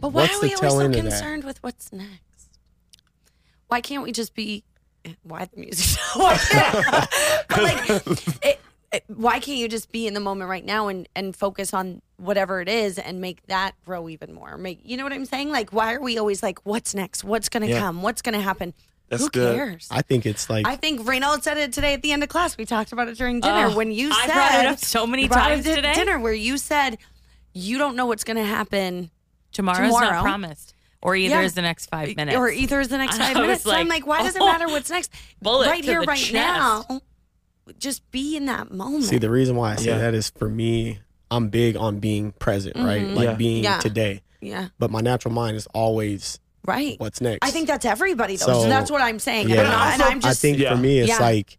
[SPEAKER 2] But why
[SPEAKER 3] What's
[SPEAKER 2] are
[SPEAKER 3] the
[SPEAKER 2] we always
[SPEAKER 3] tail
[SPEAKER 2] so
[SPEAKER 3] end of that?
[SPEAKER 2] concerned with what's next? Why can't we just be? eh, Why the *laughs* music? but
[SPEAKER 3] *laughs*
[SPEAKER 2] like, it, it- why can't you just be in the moment right now and and focus on whatever it is and make that grow even more? Make you know what I'm saying? Like, why are we always like, what's next? What's gonna
[SPEAKER 1] Yeah.
[SPEAKER 2] come? What's gonna happen?
[SPEAKER 1] That's
[SPEAKER 2] Who
[SPEAKER 1] good.
[SPEAKER 2] cares?
[SPEAKER 3] I think it's like
[SPEAKER 2] I think Reynald said it today at the end of class. We talked about it during dinner
[SPEAKER 4] Oh,
[SPEAKER 2] when you
[SPEAKER 4] I
[SPEAKER 2] said
[SPEAKER 4] brought it up so many
[SPEAKER 2] You brought it
[SPEAKER 4] times
[SPEAKER 2] at
[SPEAKER 4] today.
[SPEAKER 2] Dinner where you said you don't know what's going to happen
[SPEAKER 4] tomorrow's
[SPEAKER 2] Tomorrow.
[SPEAKER 4] not promised or either
[SPEAKER 2] Yeah.
[SPEAKER 4] is the next five minutes.
[SPEAKER 2] E, Or either is the next
[SPEAKER 4] *laughs* I
[SPEAKER 2] five
[SPEAKER 4] was
[SPEAKER 2] minutes. so I'm like,
[SPEAKER 4] like,
[SPEAKER 2] why does it
[SPEAKER 4] oh,
[SPEAKER 2] matter what's next?
[SPEAKER 4] bullet
[SPEAKER 2] right
[SPEAKER 4] to
[SPEAKER 2] here,
[SPEAKER 4] the
[SPEAKER 2] right
[SPEAKER 4] chest.
[SPEAKER 2] now. Just be in that moment.
[SPEAKER 3] See, the reason why I say
[SPEAKER 1] Yeah.
[SPEAKER 3] that is for me, I'm big on being present, right? Like
[SPEAKER 1] Yeah.
[SPEAKER 3] being
[SPEAKER 2] Mm-hmm. Yeah.
[SPEAKER 3] today.
[SPEAKER 2] yeah.
[SPEAKER 3] But my natural mind is always
[SPEAKER 2] Right.
[SPEAKER 3] what's next.
[SPEAKER 2] I think that's everybody though. So,
[SPEAKER 3] So-
[SPEAKER 2] that's what I'm saying.
[SPEAKER 3] Yeah.
[SPEAKER 2] And, I'm, and I'm
[SPEAKER 3] I
[SPEAKER 2] just
[SPEAKER 3] think
[SPEAKER 1] Yeah.
[SPEAKER 3] for me, it's
[SPEAKER 2] Yeah.
[SPEAKER 3] like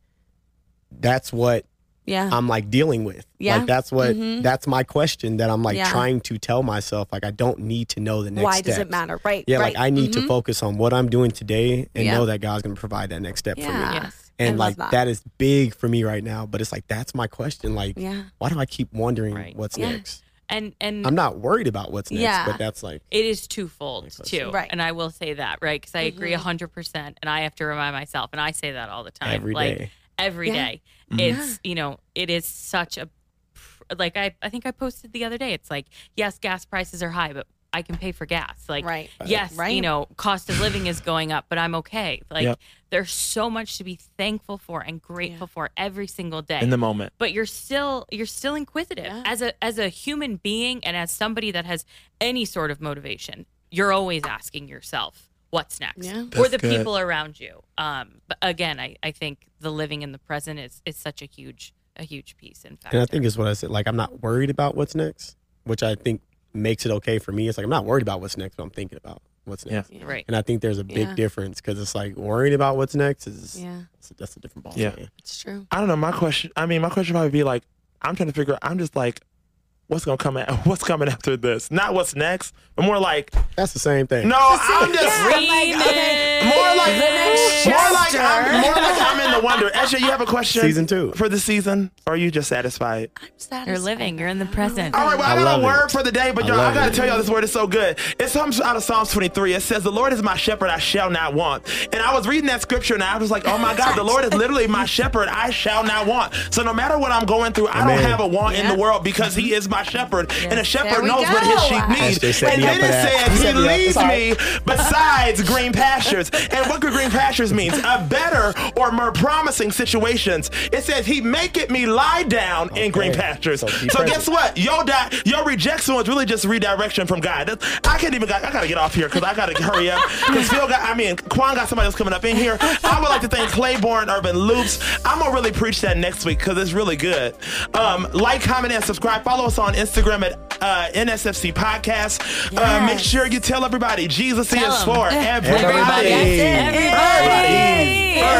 [SPEAKER 3] that's what
[SPEAKER 2] yeah.
[SPEAKER 3] I'm like dealing with.
[SPEAKER 2] Yeah. Mm-hmm.
[SPEAKER 3] Like that's what that's my question that I'm like
[SPEAKER 2] Yeah.
[SPEAKER 3] trying to tell myself. Like I don't need to know the next.
[SPEAKER 2] Why does
[SPEAKER 3] steps.
[SPEAKER 2] it matter? Right.
[SPEAKER 3] Yeah,
[SPEAKER 2] right. Mm-hmm.
[SPEAKER 3] like I need to focus on what I'm doing today and
[SPEAKER 2] Yeah.
[SPEAKER 3] know that God's gonna provide that next step for me.
[SPEAKER 2] yeah.
[SPEAKER 4] Yes.
[SPEAKER 2] I
[SPEAKER 3] And
[SPEAKER 2] love
[SPEAKER 3] like
[SPEAKER 2] that.
[SPEAKER 3] that is big for me right now. But it's like that's my question. Like,
[SPEAKER 2] Yeah.
[SPEAKER 3] why do I keep wondering
[SPEAKER 4] Right.
[SPEAKER 3] what's
[SPEAKER 2] Yeah. Ah.
[SPEAKER 3] next?
[SPEAKER 4] and and
[SPEAKER 3] I'm not worried about what's next,
[SPEAKER 2] Yeah.
[SPEAKER 3] but that's like
[SPEAKER 4] it is twofold too.
[SPEAKER 2] Right. Mm-hmm.
[SPEAKER 4] And I will say that right because I agree a hundred percent, and I have to remind myself, and I say that all the time,
[SPEAKER 3] every day. Mm-hmm.
[SPEAKER 4] like every
[SPEAKER 2] Yeah.
[SPEAKER 4] day. It's you know, it is such a pr- like I I think I posted the other day. It's like yes, gas prices are high, but I can pay for gas. Like
[SPEAKER 2] Right.
[SPEAKER 4] yes, you
[SPEAKER 2] Right.
[SPEAKER 4] know, cost of living is going up, but I'm okay. Like
[SPEAKER 1] Yep.
[SPEAKER 4] there's so much to be thankful for and grateful for every single day
[SPEAKER 1] in the moment.
[SPEAKER 4] but you're still you're still inquisitive
[SPEAKER 2] Yeah.
[SPEAKER 4] as a as a human being and as somebody that has any sort of motivation you're always asking yourself what's next
[SPEAKER 2] Yeah.
[SPEAKER 4] or
[SPEAKER 1] That's
[SPEAKER 4] the
[SPEAKER 1] good.
[SPEAKER 4] people around you um but again I, I think the living in the present is is such a huge a huge piece in fact
[SPEAKER 3] And I think is what I said. Like I'm not worried about what's next, which I think makes it okay for me. It's like I'm not worried about what's next, but I'm thinking about what's next.
[SPEAKER 2] Yeah.
[SPEAKER 4] right
[SPEAKER 3] And I think there's a big
[SPEAKER 2] Yeah.
[SPEAKER 3] difference because it's like worrying about what's next is
[SPEAKER 2] Yeah.
[SPEAKER 3] that's, a, that's a different ball.
[SPEAKER 1] Yeah.
[SPEAKER 3] game.
[SPEAKER 2] It's true.
[SPEAKER 1] I don't know. My question. I mean, my question would probably be like, I'm trying to figure. I'm just like, what's gonna come? At, *laughs* what's coming after this? Not what's next, but more like,
[SPEAKER 3] that's the same thing.
[SPEAKER 1] no, I'm just.
[SPEAKER 4] Remix.
[SPEAKER 3] *laughs*
[SPEAKER 1] More like,
[SPEAKER 2] next
[SPEAKER 1] more like,
[SPEAKER 2] chapter.
[SPEAKER 1] I'm, more like I'm in the wonder. Esha, you have a question
[SPEAKER 3] Season two.
[SPEAKER 1] for the season, or are you just satisfied?
[SPEAKER 2] I'm satisfied.
[SPEAKER 4] you're living you're in the present
[SPEAKER 1] All right, well, I,
[SPEAKER 3] I
[SPEAKER 1] got
[SPEAKER 3] love
[SPEAKER 1] a
[SPEAKER 3] it.
[SPEAKER 1] word for the day, but
[SPEAKER 3] I
[SPEAKER 1] y'all, I,
[SPEAKER 3] love
[SPEAKER 1] gotta
[SPEAKER 3] it.
[SPEAKER 1] tell y'all this word is so good. It's something out of Psalms 23. It says, The Lord is my shepherd, I shall not want. And I was reading that scripture and I was like, Oh my God, the Lord is literally my shepherd, I shall not want. So no matter what I'm going through, I
[SPEAKER 3] Amen.
[SPEAKER 1] don't have a want in
[SPEAKER 2] Yeah. Mm-hmm.
[SPEAKER 1] the world because he is my shepherd. And a
[SPEAKER 2] There
[SPEAKER 1] shepherd
[SPEAKER 2] we
[SPEAKER 1] knows what his
[SPEAKER 2] go.
[SPEAKER 1] sheep need.
[SPEAKER 3] Esther set
[SPEAKER 1] And
[SPEAKER 3] me up
[SPEAKER 1] then
[SPEAKER 3] for
[SPEAKER 1] it
[SPEAKER 3] that.
[SPEAKER 1] says, He
[SPEAKER 3] Set me up.
[SPEAKER 1] leads
[SPEAKER 3] Sorry.
[SPEAKER 1] me besides green pastures. And what could green pastures means? A better or more promising situations. It says, He maketh me lie down in green
[SPEAKER 3] Okay.
[SPEAKER 1] pastures.
[SPEAKER 3] So keep
[SPEAKER 1] so
[SPEAKER 3] present.
[SPEAKER 1] guess what? what? Your di- your rejection was really just redirection from God. That's, I can't even. Got, I gotta get off here because I gotta hurry up. Because Phil got. I mean, Quan got somebody else coming up in here. I would like to thank Claiborne Urban Loops. I'm gonna really preach that next week because it's really good. Um, like, comment, and subscribe. Follow us on Instagram at uh, NSFC Podcast. Uh, make
[SPEAKER 2] Yes.
[SPEAKER 1] sure you tell everybody Jesus
[SPEAKER 4] Tell
[SPEAKER 1] is
[SPEAKER 4] 'em.
[SPEAKER 1] for
[SPEAKER 3] Everybody.
[SPEAKER 1] everybody. Er,
[SPEAKER 4] Everybody.
[SPEAKER 1] Everybody.